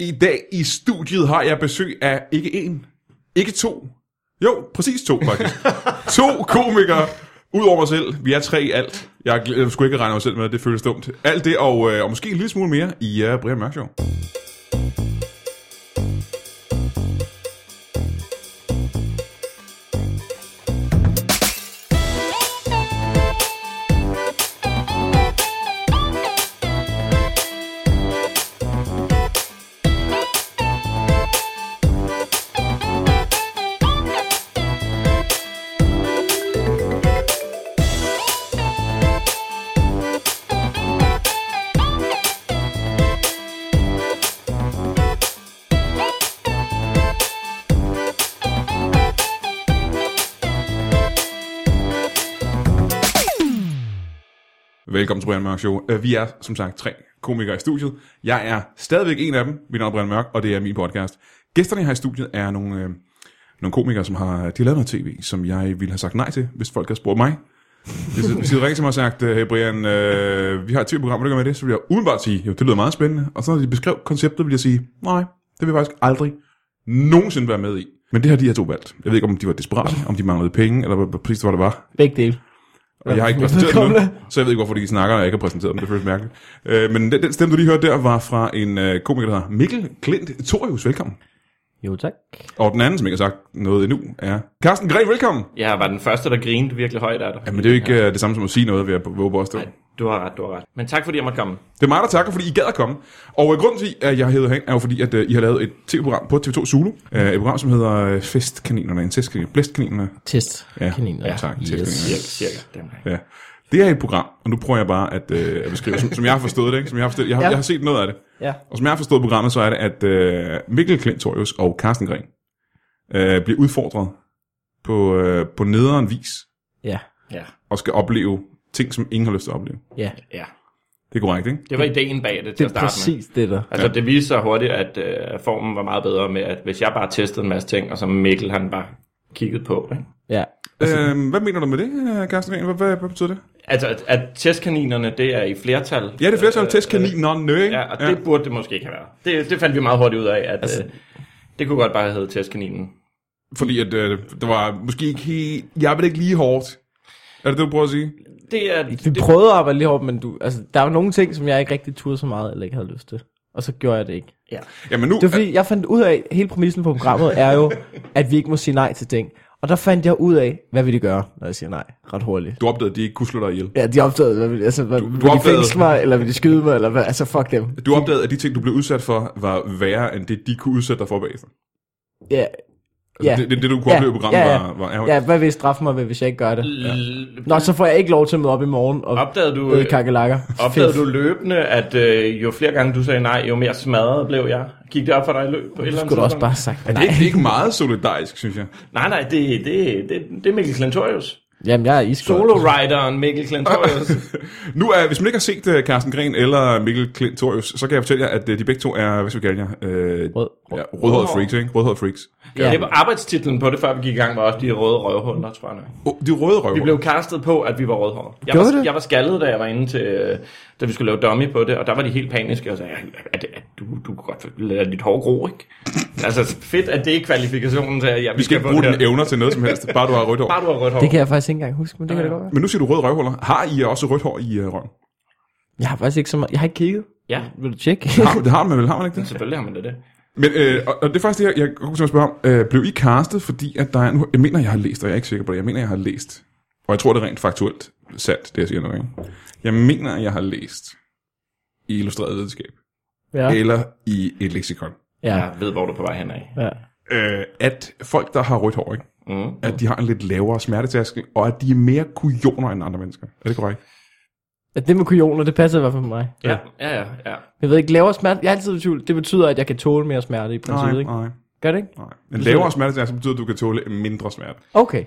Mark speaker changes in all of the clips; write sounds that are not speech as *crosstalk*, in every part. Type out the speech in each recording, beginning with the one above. Speaker 1: I dag i studiet har jeg besøg af ikke en, ikke to, jo, præcis to faktisk. to komikere, udover mig selv. Vi er tre i alt. Jeg gl- skulle ikke regne mig selv med, det føles dumt. Alt det og, øh, og måske en lille smule mere i øh, Brian Mørk Show. Velkommen til Brian Mørk Show. Øh, Vi er som sagt tre komikere i studiet. Jeg er stadigvæk en af dem. Mit navn er Brian Mørk, og det er min podcast. Gæsterne her i studiet er nogle, øh, nogle komikere, som har de har lavet noget tv, som jeg ville have sagt nej til, hvis folk havde spurgt mig. Hvis hvis de havde ringet til mig og sagt, øh, hey Brian, øh, vi har et tv-program, vil du gøre med det? Så ville jeg udenbart sige, jo, det lyder meget spændende. Og så når de beskrev konceptet, ville jeg sige, nej, det vil jeg faktisk aldrig nogensinde være med i. Men det har de her to valgt. Jeg ved ikke, om de var desperate, om de manglede penge, eller hvad- hvad præcis hvad det var.
Speaker 2: Begge dele.
Speaker 1: Og jeg har ikke præsenteret dem nu, så jeg ved ikke, hvorfor de snakker, og jeg ikke har præsenteret dem. Det føles mærkeligt. Øh, men den, den stemme, du lige hørte der, var fra en øh, komiker, der hedder Mikkel Klint Torius. Velkommen.
Speaker 2: Jo, tak.
Speaker 1: Og den anden, som ikke har sagt noget endnu, er Carsten Gren. Velkommen.
Speaker 3: Jeg var den første, der grinede virkelig højt af dig.
Speaker 1: Jamen, det er jo ikke øh, det samme som at sige noget ved at våge påstå.
Speaker 3: Nej, du har ret, du har ret. Men tak fordi jeg måtte komme.
Speaker 1: Det er mig, der takker, fordi I gad at komme. Og øh, grunden til, at jeg hedder hen, er jo fordi, at øh, I har lavet et tv-program på TV2 Zulu. Øh, et program, som hedder øh, Festkaninerne, Incestkaninerne, Blæstkaninerne.
Speaker 2: Test.
Speaker 1: Ja,
Speaker 2: Kaniner.
Speaker 1: ja, tak. Testkaninerne.
Speaker 2: Yes.
Speaker 3: Cirka, cirka. Den her.
Speaker 1: Ja. Det er et program, og nu prøver jeg bare at, øh, at beskrive, som, som jeg har forstået det. Ikke? Som jeg, har forstået, jeg, har, ja.
Speaker 2: Ja.
Speaker 1: jeg har set noget af det.
Speaker 2: Ja.
Speaker 1: Og som jeg har forstået programmet, så er det, at øh, Mikkel Klintorius og Carsten Gren øh, bliver udfordret på, øh, på nederen vis,
Speaker 2: Ja.
Speaker 3: Ja,
Speaker 1: og skal opleve ting, som ingen har lyst til at opleve.
Speaker 2: Ja.
Speaker 3: ja.
Speaker 1: Det er korrekt, ikke?
Speaker 3: Det var ideen bag det til
Speaker 2: Det
Speaker 3: at
Speaker 2: er
Speaker 3: starte med.
Speaker 2: præcis det der.
Speaker 3: Altså, det viste sig hurtigt, at øh, formen var meget bedre med, at hvis jeg bare testede en masse ting, og så Mikkel, han bare kiggede på. Ikke?
Speaker 2: Ja.
Speaker 1: Øh, hvad mener du med det, øh, Carsten Gren? Hvad, hvad, hvad betyder det?
Speaker 3: Altså, at, at testkaninerne, det er i flertal.
Speaker 1: Ja, det er flere som
Speaker 3: Øh,
Speaker 1: testkanin, non nø, ikke?
Speaker 3: Ja, og det burde det måske ikke have været. Det, det fandt vi meget hurtigt ud af, at altså, øh, det kunne godt bare have heddet testkaninen.
Speaker 1: Fordi at, øh, det var måske ikke helt... Jeg vil ikke lige hårdt. Er det det, du prøver at sige?
Speaker 3: Det er,
Speaker 2: Vi
Speaker 3: det,
Speaker 2: prøvede at arbejde lige hårdt, men du, altså, der var nogle ting, som jeg ikke rigtig turde så meget, eller ikke havde lyst til. Og så gjorde jeg det ikke.
Speaker 3: ja.
Speaker 1: Jamen nu...
Speaker 2: Det var fordi, jeg fandt ud af, hele præmissen på programmet er jo, at vi ikke må sige nej til ting. Og der fandt jeg ud af, hvad vil de gøre, når jeg siger nej, ret hurtigt.
Speaker 1: Du opdagede, at de ikke kunne slå dig ihjel.
Speaker 2: Ja, de opdagede, hvad vil, altså, hvad, du, du vil de
Speaker 1: opdagede-
Speaker 2: fængsle mig, eller vil de skyde mig, eller hvad, altså fuck dem.
Speaker 1: Du opdagede, at de ting, du blev udsat for, var værre end det, de kunne udsætte dig for bagefter.
Speaker 2: Ja,
Speaker 1: Altså,
Speaker 2: Ja.
Speaker 1: det, det, det, du kunne
Speaker 2: Ja,
Speaker 1: opleve i programmet,
Speaker 2: ja, ja.
Speaker 1: var, var ærgerligt.
Speaker 2: ja, hvad vil I straffe mig, ved, hvis jeg ikke gør det?
Speaker 3: L-
Speaker 2: Nå, så får jeg ikke lov til at møde op i morgen og
Speaker 3: Opdagede du,
Speaker 2: æde kakelakker.
Speaker 3: Opdagede
Speaker 2: Fedt.
Speaker 3: øh, du løbende, at øh, jo flere gange du sagde nej, jo mere smadret blev jeg? Gik det op for dig i løbet på et
Speaker 2: Du
Speaker 3: eller andet
Speaker 2: skulle da også
Speaker 3: tidspunkt?
Speaker 2: bare have sagt
Speaker 1: Det er,
Speaker 2: nej.
Speaker 1: ikke, det er ikke meget solidarisk, synes jeg.
Speaker 3: Nej, nej, det, det, det, det er Mikkel Klentorius.
Speaker 2: Jamen, jeg er iskold.
Speaker 3: Solo-rideren Mikkel Klentorius.
Speaker 1: Nu, uh, hvis man ikke har set uh, Carsten Gren eller Mikkel Klintorius, så kan jeg fortælle jer, at uh, de begge to er, hvad skal vi kalde jer? Uh,
Speaker 2: Rød.
Speaker 1: Ja, rødhårede freaks, ikke? Rødhårede freaks.
Speaker 3: ja.
Speaker 2: Ja.
Speaker 3: Det var arbejdstitlen på det, før vi gik i gang, var også de røde røvhuller, tror jeg nok.
Speaker 1: Oh, de røde røver.
Speaker 3: Vi blev castet på, at vi var rødhårede. Jeg
Speaker 2: Gjorde
Speaker 3: var,
Speaker 2: det?
Speaker 3: jeg var skaldet, da jeg var inde til, øh, da vi skulle lave dummy på det, og der var de helt paniske og sagde, at, at du, du kan godt lade dit hår gro, ikke? *laughs* altså, fedt, at det er kvalifikationen til, at ja,
Speaker 1: vi skal ikke bruge dine evner til noget som helst, bare du har rødt hår.
Speaker 3: Bare du har rødt hår.
Speaker 2: Det kan jeg faktisk ikke engang huske, men det kan det godt være.
Speaker 1: Men nu siger du røde røvhuller. Har I også rødt hår i uh, røven?
Speaker 2: Jeg har faktisk ikke så meget. Jeg har ikke kigget.
Speaker 3: Ja,
Speaker 2: Vil du tjekke?
Speaker 1: Har, det har man vel, har man ikke det?
Speaker 3: selvfølgelig har man det det.
Speaker 1: Men, øh, og, og det er faktisk det, jeg, jeg kunne tænke mig at spørge om. Øh, blev I castet, fordi at der er... Nu, jeg mener, jeg har læst, og jeg er ikke sikker på det. Jeg mener, jeg har læst. Og jeg tror, det er rent faktuelt sandt, det jeg siger nu, ikke? Jeg mener, jeg har læst i Illustreret Videnskab.
Speaker 2: *laughs* ja.
Speaker 1: Eller i et leksikon.
Speaker 2: ja.
Speaker 3: Jeg ved, hvor du er på vej henad.
Speaker 2: ja.
Speaker 1: Øh, at folk, der har rødt hår, ikke?
Speaker 3: Mm.
Speaker 1: at de har en lidt lavere smertetærskel, og at de er mere kujoner end andre mennesker. Er det korrekt?
Speaker 2: At det med kujoner, det passer i hvert fald for mig.
Speaker 3: Ja, ja, ja. ja.
Speaker 2: Jeg ved ikke, lavere smerte, jeg er altid i tvivl. Det betyder, at jeg kan tåle mere smerte i princippet, ikke?
Speaker 1: nej,
Speaker 2: Gør det ikke?
Speaker 1: nej. En lavere smertetærskel betyder, at du kan tåle mindre smerte.
Speaker 2: Okay.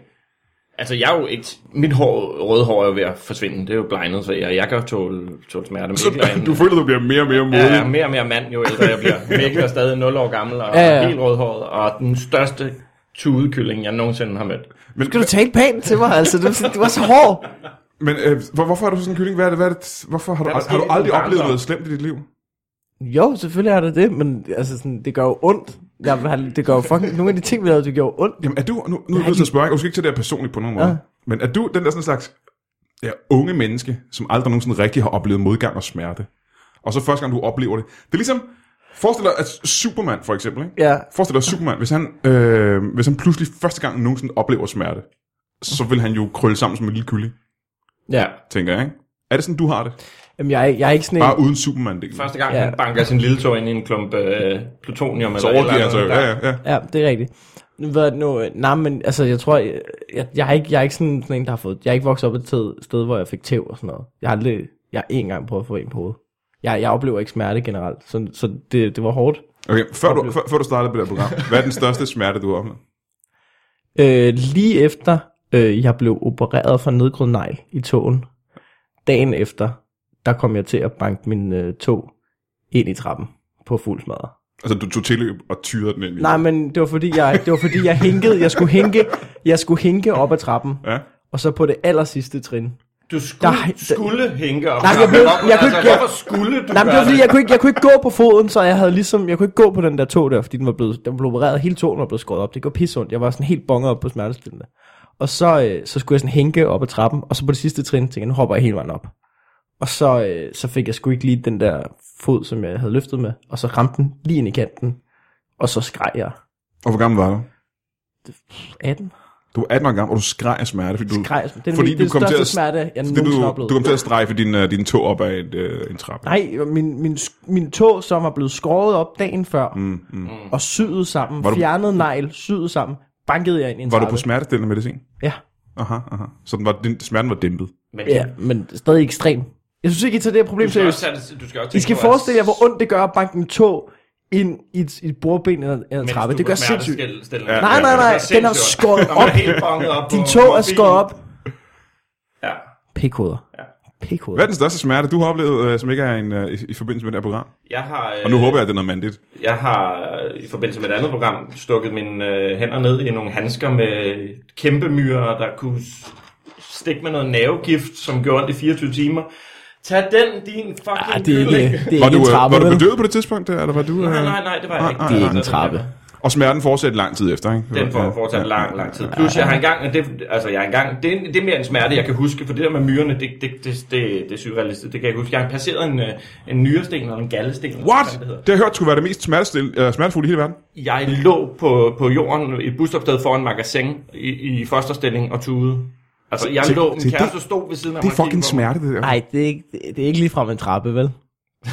Speaker 3: Altså, jeg er jo ikke... Mit hår, røde hår er jo ved at forsvinde. Det er jo blindet, så jeg, jeg kan jo tåle, tåle smerte. Men
Speaker 1: Så
Speaker 3: ikke andet.
Speaker 1: du føler, du bliver mere og mere modig.
Speaker 3: Ja, ja, mere og mere mand, jo ældre jeg
Speaker 2: *laughs*
Speaker 3: bliver. Mikkel er stadig 0 år gammel og
Speaker 2: Ja,
Speaker 3: ja,
Speaker 2: ja.
Speaker 3: ja. helt rødhåret, og den største tudekylling, jeg nogensinde har mødt.
Speaker 1: Men,
Speaker 2: Skal du tale pænt til mig, altså? Du, du var så hård.
Speaker 1: men øh, hvor, hvorfor er du sådan en kylling? Hvad er det, hvad er det, hvorfor har du,
Speaker 3: Der er
Speaker 1: ald- har du
Speaker 3: sket
Speaker 1: aldrig
Speaker 3: nogle
Speaker 1: oplevet
Speaker 3: grænser.
Speaker 1: noget slemt i dit liv?
Speaker 2: Jo, selvfølgelig er det det, men altså sådan, det gør jo ondt. Jeg har, det gør jo fucking, nogle af de ting, vi lavede, det gjorde ondt.
Speaker 1: Jamen er du, nu, nu er jeg nødt til at spørge, og du skal ikke tage det her personligt på nogen måde,
Speaker 2: Ja.
Speaker 1: men er du den der sådan slags ja, unge menneske, som aldrig nogensinde rigtig har oplevet modgang og smerte, og så første gang du oplever det, det er ligesom, forestil dig, at Superman for eksempel, ikke?
Speaker 2: Ja,
Speaker 1: Forestil dig Superman, hvis han, øh, hvis han pludselig første gang nogensinde oplever smerte, så vil han jo krølle sammen som en lille kylling,
Speaker 3: Ja.
Speaker 1: tænker jeg, ikke? Er det sådan, du har det?
Speaker 2: Jamen, jeg, er- jeg er ikke sådan en...
Speaker 1: Bare uden Superman-delen.
Speaker 3: Første gang,
Speaker 2: Ja.
Speaker 3: ja. han banker sin lille tog ind i en klump øh, plutonium.
Speaker 1: Så
Speaker 3: et
Speaker 1: overgiver han
Speaker 3: andet,
Speaker 1: sig jo.
Speaker 3: der-
Speaker 1: Ja, ja, ja.
Speaker 2: Ja, det er rigtigt. Nu ved jeg nu, øh, nej, men altså, jeg tror, jeg, jeg, jeg, er ikke, jeg er ikke sådan, sådan en, der har fået, jeg er ikke vokset op et sted, sted, hvor jeg fik tæv og sådan noget. Jeg har aldrig, jeg har én gang prøvet at få en på hovedet. Jeg, jeg oplever ikke smerte generelt, så, så det, det var hårdt.
Speaker 1: Okay, før du, før, før du startede på det her
Speaker 2: *laughs*
Speaker 1: program, hvad er den største smerte, du har oplevet?
Speaker 2: Øh, lige efter øh, jeg blev opereret for nedgrød negl i togen, dagen efter, der kom jeg til at banke min øh, tog ind i trappen på fuld smadret.
Speaker 1: Altså, du tog tilløb og tyrede den ind i.
Speaker 2: Nej, men det var fordi, jeg, det var fordi, jeg hænkede, jeg skulle hænke, jeg skulle hænke op ad trappen,
Speaker 1: Ja.
Speaker 2: og så på det aller sidste trin,
Speaker 3: Du skulle,
Speaker 2: Nej, det-
Speaker 3: skulle hænke op.
Speaker 2: Nej, jeg blev- jeg kunne
Speaker 3: altså,
Speaker 2: ikke-
Speaker 3: Hvorfor skulle
Speaker 2: Nej,
Speaker 3: du
Speaker 2: men det
Speaker 3: gøre
Speaker 2: var fordi, jeg kunne, ikke, jeg kunne ikke gå på foden, så jeg havde ligesom, jeg kunne ikke gå på den der tog der, fordi den var blevet, den blev opereret, hele tåen var blevet skåret op. Det går pisse ondt. Jeg var sådan helt bonger op på smertestillende. Og så, øh, så skulle jeg sådan hænke op ad trappen, og så på det sidste trin tænkte jeg, nu hopper jeg hele vejen op. Og så, øh, så fik jeg sgu ikke lige den der fod, som jeg havde løftet med, og så ramte den lige ind i kanten. Og så skreg jeg.
Speaker 1: Og hvor gammel var du?
Speaker 2: 18?
Speaker 1: Du var 18 år gammel, og du skreg af smerte, fordi du,
Speaker 2: Skreg, altså. det er
Speaker 1: Fordi
Speaker 2: fordi
Speaker 1: du
Speaker 2: den
Speaker 1: kom til
Speaker 2: største
Speaker 1: at-
Speaker 2: smerte, jeg
Speaker 1: fordi
Speaker 2: nogensinde
Speaker 1: du,
Speaker 2: oplevede.
Speaker 1: du kom til at strejfe din, uh, din tog op af et, uh, en trappe.
Speaker 2: Nej, min, min, min tog, som var blevet skåret op dagen før,
Speaker 1: Mm, mm.
Speaker 2: og syet sammen,
Speaker 1: Var du-
Speaker 2: fjernet negl, syet sammen, bankede jeg ind i en
Speaker 1: Var du
Speaker 2: trappe.
Speaker 1: på smertestillende medicin?
Speaker 2: Ja.
Speaker 1: Aha, aha. Så den var, din, smerten var dæmpet.
Speaker 3: Men
Speaker 2: ja, men stadig ekstrem. Jeg synes ikke, I tager det her problem
Speaker 3: Du skal,
Speaker 2: seriøst.
Speaker 3: også, tage det- du skal også
Speaker 2: I
Speaker 3: tænke
Speaker 2: skal
Speaker 3: på,
Speaker 2: forestille jer,
Speaker 3: at-
Speaker 2: hvor ondt det gør at banke en tog ind i et, i et bordben eller eller en
Speaker 3: mens
Speaker 2: trappe.
Speaker 3: du
Speaker 2: Det
Speaker 3: på
Speaker 2: gør sindssygt.
Speaker 3: smertestillende-
Speaker 1: Ja,
Speaker 2: Nej,
Speaker 1: ja,
Speaker 2: nej,
Speaker 1: det
Speaker 2: nej, den er
Speaker 3: sindssygt.
Speaker 2: skåret
Speaker 3: Når man
Speaker 2: op.
Speaker 3: er helt bonget op
Speaker 2: Din
Speaker 3: på-
Speaker 2: tog
Speaker 3: på
Speaker 2: er skåret
Speaker 3: bilen.
Speaker 2: op.
Speaker 3: Ja.
Speaker 2: Pikhoveder.
Speaker 3: Ja.
Speaker 1: Hvad
Speaker 2: Pikhoveder.
Speaker 1: er den største smerte, du har oplevet, uh, som ikke er en, uh, i, i forbindelse med det her program?
Speaker 3: Jeg har, øh,
Speaker 1: Og nu håber jeg, at det er noget mandigt.
Speaker 3: jeg har øh, i forbindelse med et andet program stukket mine øh, hænder ned i nogle handsker med kæmpe myrer, der kunne s- stikke med noget nervegift, som gjorde ondt i 24 timer. Tag den, din fucking
Speaker 2: Ah, det er ikke,
Speaker 3: kylling.
Speaker 2: det er
Speaker 1: Var
Speaker 2: ikke
Speaker 1: du,
Speaker 2: en
Speaker 1: øh,
Speaker 2: trappe,
Speaker 1: var du
Speaker 2: vel?
Speaker 1: bedøvet på det tidspunkt, eller var du... øh,
Speaker 3: Nej, nej, nej, det var jeg ikke.
Speaker 1: Det
Speaker 2: er ikke en trappe.
Speaker 1: Og smerten fortsatte lang tid efter, ikke?
Speaker 3: Den får fortsat lang, lang tid. Plus jeg har engang, og det, altså jeg har engang, det, er, det er mere en smerte, jeg kan huske, for det der med myrerne, det, det, det, det, det er surrealistisk, det kan jeg ikke huske. Jeg har passeret en, øh, en nyresten eller en gallesten. eller
Speaker 1: What?
Speaker 3: hvad det hedder.
Speaker 1: Det har jeg hørt skulle være det mest smertestill- øh, smertefulde i hele verden.
Speaker 3: Jeg lå på, på jorden i et busstopsted foran magasin i, i fosterstilling og tude. Altså jeg
Speaker 1: Se,
Speaker 3: lå, min
Speaker 1: se, det-
Speaker 3: kæreste stod ved siden af
Speaker 1: Det
Speaker 3: mig
Speaker 1: er
Speaker 3: og kiggede
Speaker 1: fucking
Speaker 3: på mig.
Speaker 1: smerte, det der.
Speaker 2: Nej, det er ikke, det det er ikke ligefrem en trappe, vel?
Speaker 1: Mm.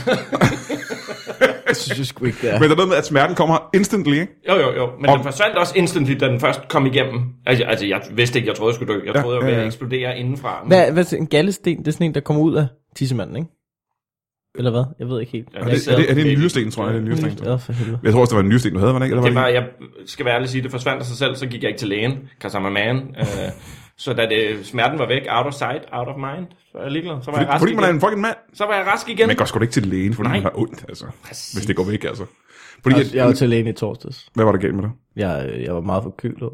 Speaker 2: jeg synes jeg sgu ikke, det er.
Speaker 1: Men der er noget med, at smerten kommer instantly, ikke?
Speaker 3: Jo, jo, jo. Men
Speaker 1: Om-
Speaker 3: den forsvandt også instantly, da den først kom igennem. Altså, jeg- altså jeg vidste ikke, jeg troede, jeg skulle dø. Jeg
Speaker 1: Ja,
Speaker 3: troede, jeg var
Speaker 1: ja,
Speaker 3: ved
Speaker 1: ja.
Speaker 3: at eksplodere indenfra. Men-
Speaker 2: Hvad, hvad, en gallesten, det er sådan en, der kommer ud af tissemanden, ikke? Eller hvad? Jeg ved ikke helt.
Speaker 3: Ja,
Speaker 1: Er det, er det, er det en nyresten, tror jeg? Det er en nyresten. tror jeg.
Speaker 2: Åh, for helvede.
Speaker 1: Jeg tror også, det var en nyresten, du havde, var det ikke? Eller
Speaker 3: Det var,
Speaker 1: var det...
Speaker 3: jeg skal være ærlig og sige, det forsvandt af sig selv, så gik jeg ikke til lægen, Kasama man. Øh, så da det, smerten var væk, out of sight, out of mind, så var jeg ligeglad. Så var jeg
Speaker 1: Fordi,
Speaker 3: rask
Speaker 1: fordi man er
Speaker 3: igen.
Speaker 1: en fucking mand.
Speaker 3: Så var jeg rask igen.
Speaker 1: Man går sgu da ikke til lægen, fordi
Speaker 3: Nej.
Speaker 1: man har ondt, altså. Hvis det går væk, altså. Fordi, jeg,
Speaker 2: Jeg var til lægen i torsdags.
Speaker 1: hvad var der galt med dig?
Speaker 2: Jeg, øh, jeg var meget forkølet.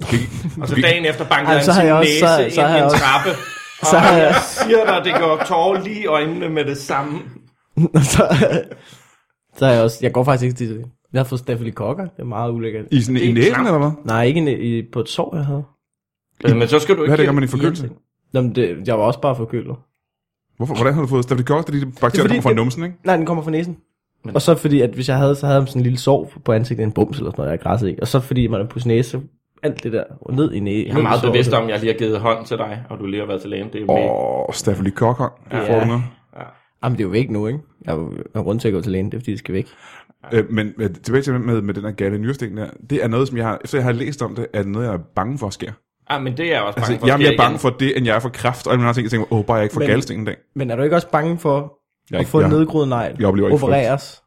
Speaker 1: Du gik,
Speaker 3: Og
Speaker 1: du
Speaker 3: så
Speaker 1: gik,
Speaker 3: Altså, dagen efter bankede
Speaker 2: Ej,
Speaker 3: han
Speaker 2: så har
Speaker 3: sin
Speaker 2: jeg også-
Speaker 3: næse
Speaker 2: så-
Speaker 3: ind
Speaker 2: så har
Speaker 3: i
Speaker 2: jeg
Speaker 3: en
Speaker 2: også-
Speaker 3: trappe. Og
Speaker 2: *laughs* så har
Speaker 3: jeg,
Speaker 2: jeg-
Speaker 3: siger dig, det går tårer lige i øjnene med det samme.
Speaker 2: Og *laughs* så, så er jeg også, jeg går faktisk ikke til det. Jeg har fået stafylokokker, det er meget ulækkert.
Speaker 1: I, sådan,
Speaker 3: Det
Speaker 1: i
Speaker 3: er
Speaker 1: næsen,
Speaker 3: klart.
Speaker 1: eller hvad?
Speaker 2: Nej, ikke en, i, på et sår, jeg havde.
Speaker 3: Øh, Men så skal du
Speaker 1: Hvad er
Speaker 3: ikke...
Speaker 1: det, gør man i forkølelse?
Speaker 2: Jamen, det, jeg var også bare forkølet.
Speaker 1: Hvorfor, hvordan har du fået stafylokokker? Det er de bakterier, der
Speaker 2: fordi,
Speaker 1: kommer fra
Speaker 2: det-
Speaker 1: numsen, ikke?
Speaker 2: Nej, den kommer fra næsen. Og så fordi, at hvis jeg havde, så havde jeg sådan en lille sår på ansigtet, en bums eller sådan noget, jeg græssede i. Og så fordi man er på sin næse, så alt det der og ned i næsen.
Speaker 3: Jeg er meget bevidst om, at jeg lige har givet hånd til dig, og du lige har været til lægen. Det er oh.
Speaker 1: Åh, stafylokokker. Det
Speaker 2: Ja.
Speaker 1: får du noget.
Speaker 2: Jamen, det er jo væk nu, ikke? Jeg er jo jeg er rundt til at gå til lægen, det er fordi, det skal væk.
Speaker 1: Øh, men øh, tilbage til det med, med den her gale nyresten der, det er noget, som jeg har, efter jeg har læst om det, er det noget, jeg er bange for sker.
Speaker 3: Ah, men det er jeg også bange
Speaker 1: Altså,
Speaker 3: for.
Speaker 1: jeg er
Speaker 3: sker
Speaker 1: mere bange
Speaker 3: igen.
Speaker 1: for det, end jeg er for kræft, og alle mulige andre ting. Jeg tænker, åh, bare jeg ikke får
Speaker 2: Men-
Speaker 1: galsten en dag.
Speaker 2: Men er du ikke også bange for
Speaker 1: Jeg er
Speaker 2: at
Speaker 1: ikke-
Speaker 2: få
Speaker 1: jeg-
Speaker 2: en nedgroet negl,
Speaker 1: jeg oplever ikke
Speaker 2: opereres,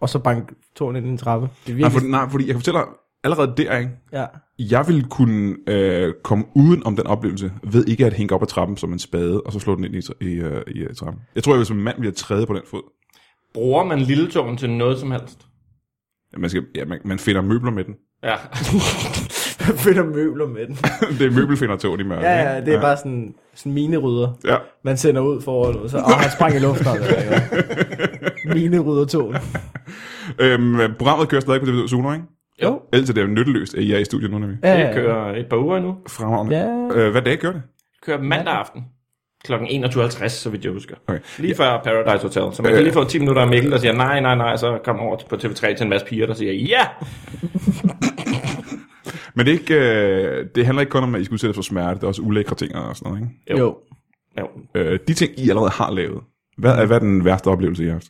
Speaker 2: og så banke tårnet ind i en trappe? Det er
Speaker 1: Nej,
Speaker 2: virkelig...
Speaker 1: fordi, nej, fordi jeg kan fortælle dig, allerede der, ikke?
Speaker 2: Ja. *laughs*
Speaker 1: Jeg ville kunne øh, komme uden om den oplevelse, ved ikke at hænge op ad trappen som en spade, og så slå den ind i, tra- i, øh, i øh, trappen. Jeg tror, jeg vil som mand ville træde på den fod.
Speaker 3: Bruger man lilletåen til noget som helst?
Speaker 1: Ja, Man, skal, ja, man, man finder møbler med den.
Speaker 3: Ja.
Speaker 2: finder møbler med den.
Speaker 1: *laughs* det er møbelfindertog, de mørke.
Speaker 2: Ja,
Speaker 1: ikke?
Speaker 2: ja, det er bare sådan, sådan minerydder,
Speaker 1: Ja.
Speaker 2: man sender ud for noget. Så, åh, han sprang i luften. og det var jo. Mineryddertogen.
Speaker 1: Øhm, programmet kører stadig på TV2 Sono, ikke?
Speaker 2: Jo.
Speaker 1: Ellers er det jo nytteløst, at I er i studiet nu, nemlig.
Speaker 2: Ja,
Speaker 3: Det kører et par uger endnu.
Speaker 1: Fremragende.
Speaker 2: Ja.
Speaker 1: Øh, hvad dag gør det?
Speaker 3: Kører mandag aften. Klokken 21.50, så vidt jeg husker.
Speaker 1: Okay.
Speaker 3: Lige før Paradise Hotel. Så man kan
Speaker 1: Øh.
Speaker 3: lige få 10 minutter af Mikkel, der siger nej, nej, nej, så kommer over på TV3 til en masse piger, der siger ja!
Speaker 1: Men det, er ikke, øh, det handler ikke kun om, at I skal udsættes for smerte, det er også ulækre ting og sådan noget, ikke?
Speaker 2: Jo. jo.
Speaker 3: Jo.
Speaker 1: Øh, de ting, I allerede har lavet, hvad er, hvad er den værste oplevelse, I har haft?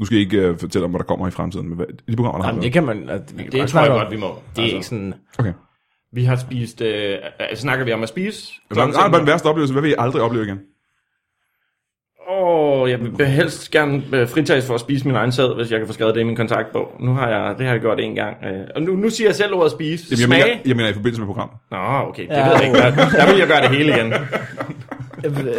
Speaker 1: Nu skal I ikke øh, fortælle om, hvad der kommer i fremtiden, men hvad, de programmer, der har
Speaker 2: Jamen, det
Speaker 1: lavet.
Speaker 2: kan man... Altså, vi kan
Speaker 3: Det
Speaker 2: godt
Speaker 3: tror jeg
Speaker 2: snakke om.
Speaker 3: godt, vi må.
Speaker 2: Det er ikke
Speaker 1: altså.
Speaker 2: sådan...
Speaker 1: Okay.
Speaker 3: Vi har spist... Øh, altså, snakker vi om at spise?
Speaker 1: Hvad hvad er den værste oplevelse? Hvad vil I aldrig opleve igen?
Speaker 3: Åh, oh, jeg vil helst gerne øh, fritages for at spise min egen sæd, hvis jeg kan få skrevet det i min kontaktbog. Nu har jeg, det har jeg gjort en gang. Øh, og nu, nu siger jeg selv ordet spise.
Speaker 1: Jamen, jeg,
Speaker 3: Smage?
Speaker 1: mener, jeg mener i forbindelse med programmet.
Speaker 3: Nå, okay, det
Speaker 2: Ja.
Speaker 3: ved jeg
Speaker 2: *laughs*
Speaker 3: ikke. Der, der vil jeg gøre det hele igen.
Speaker 2: Øh,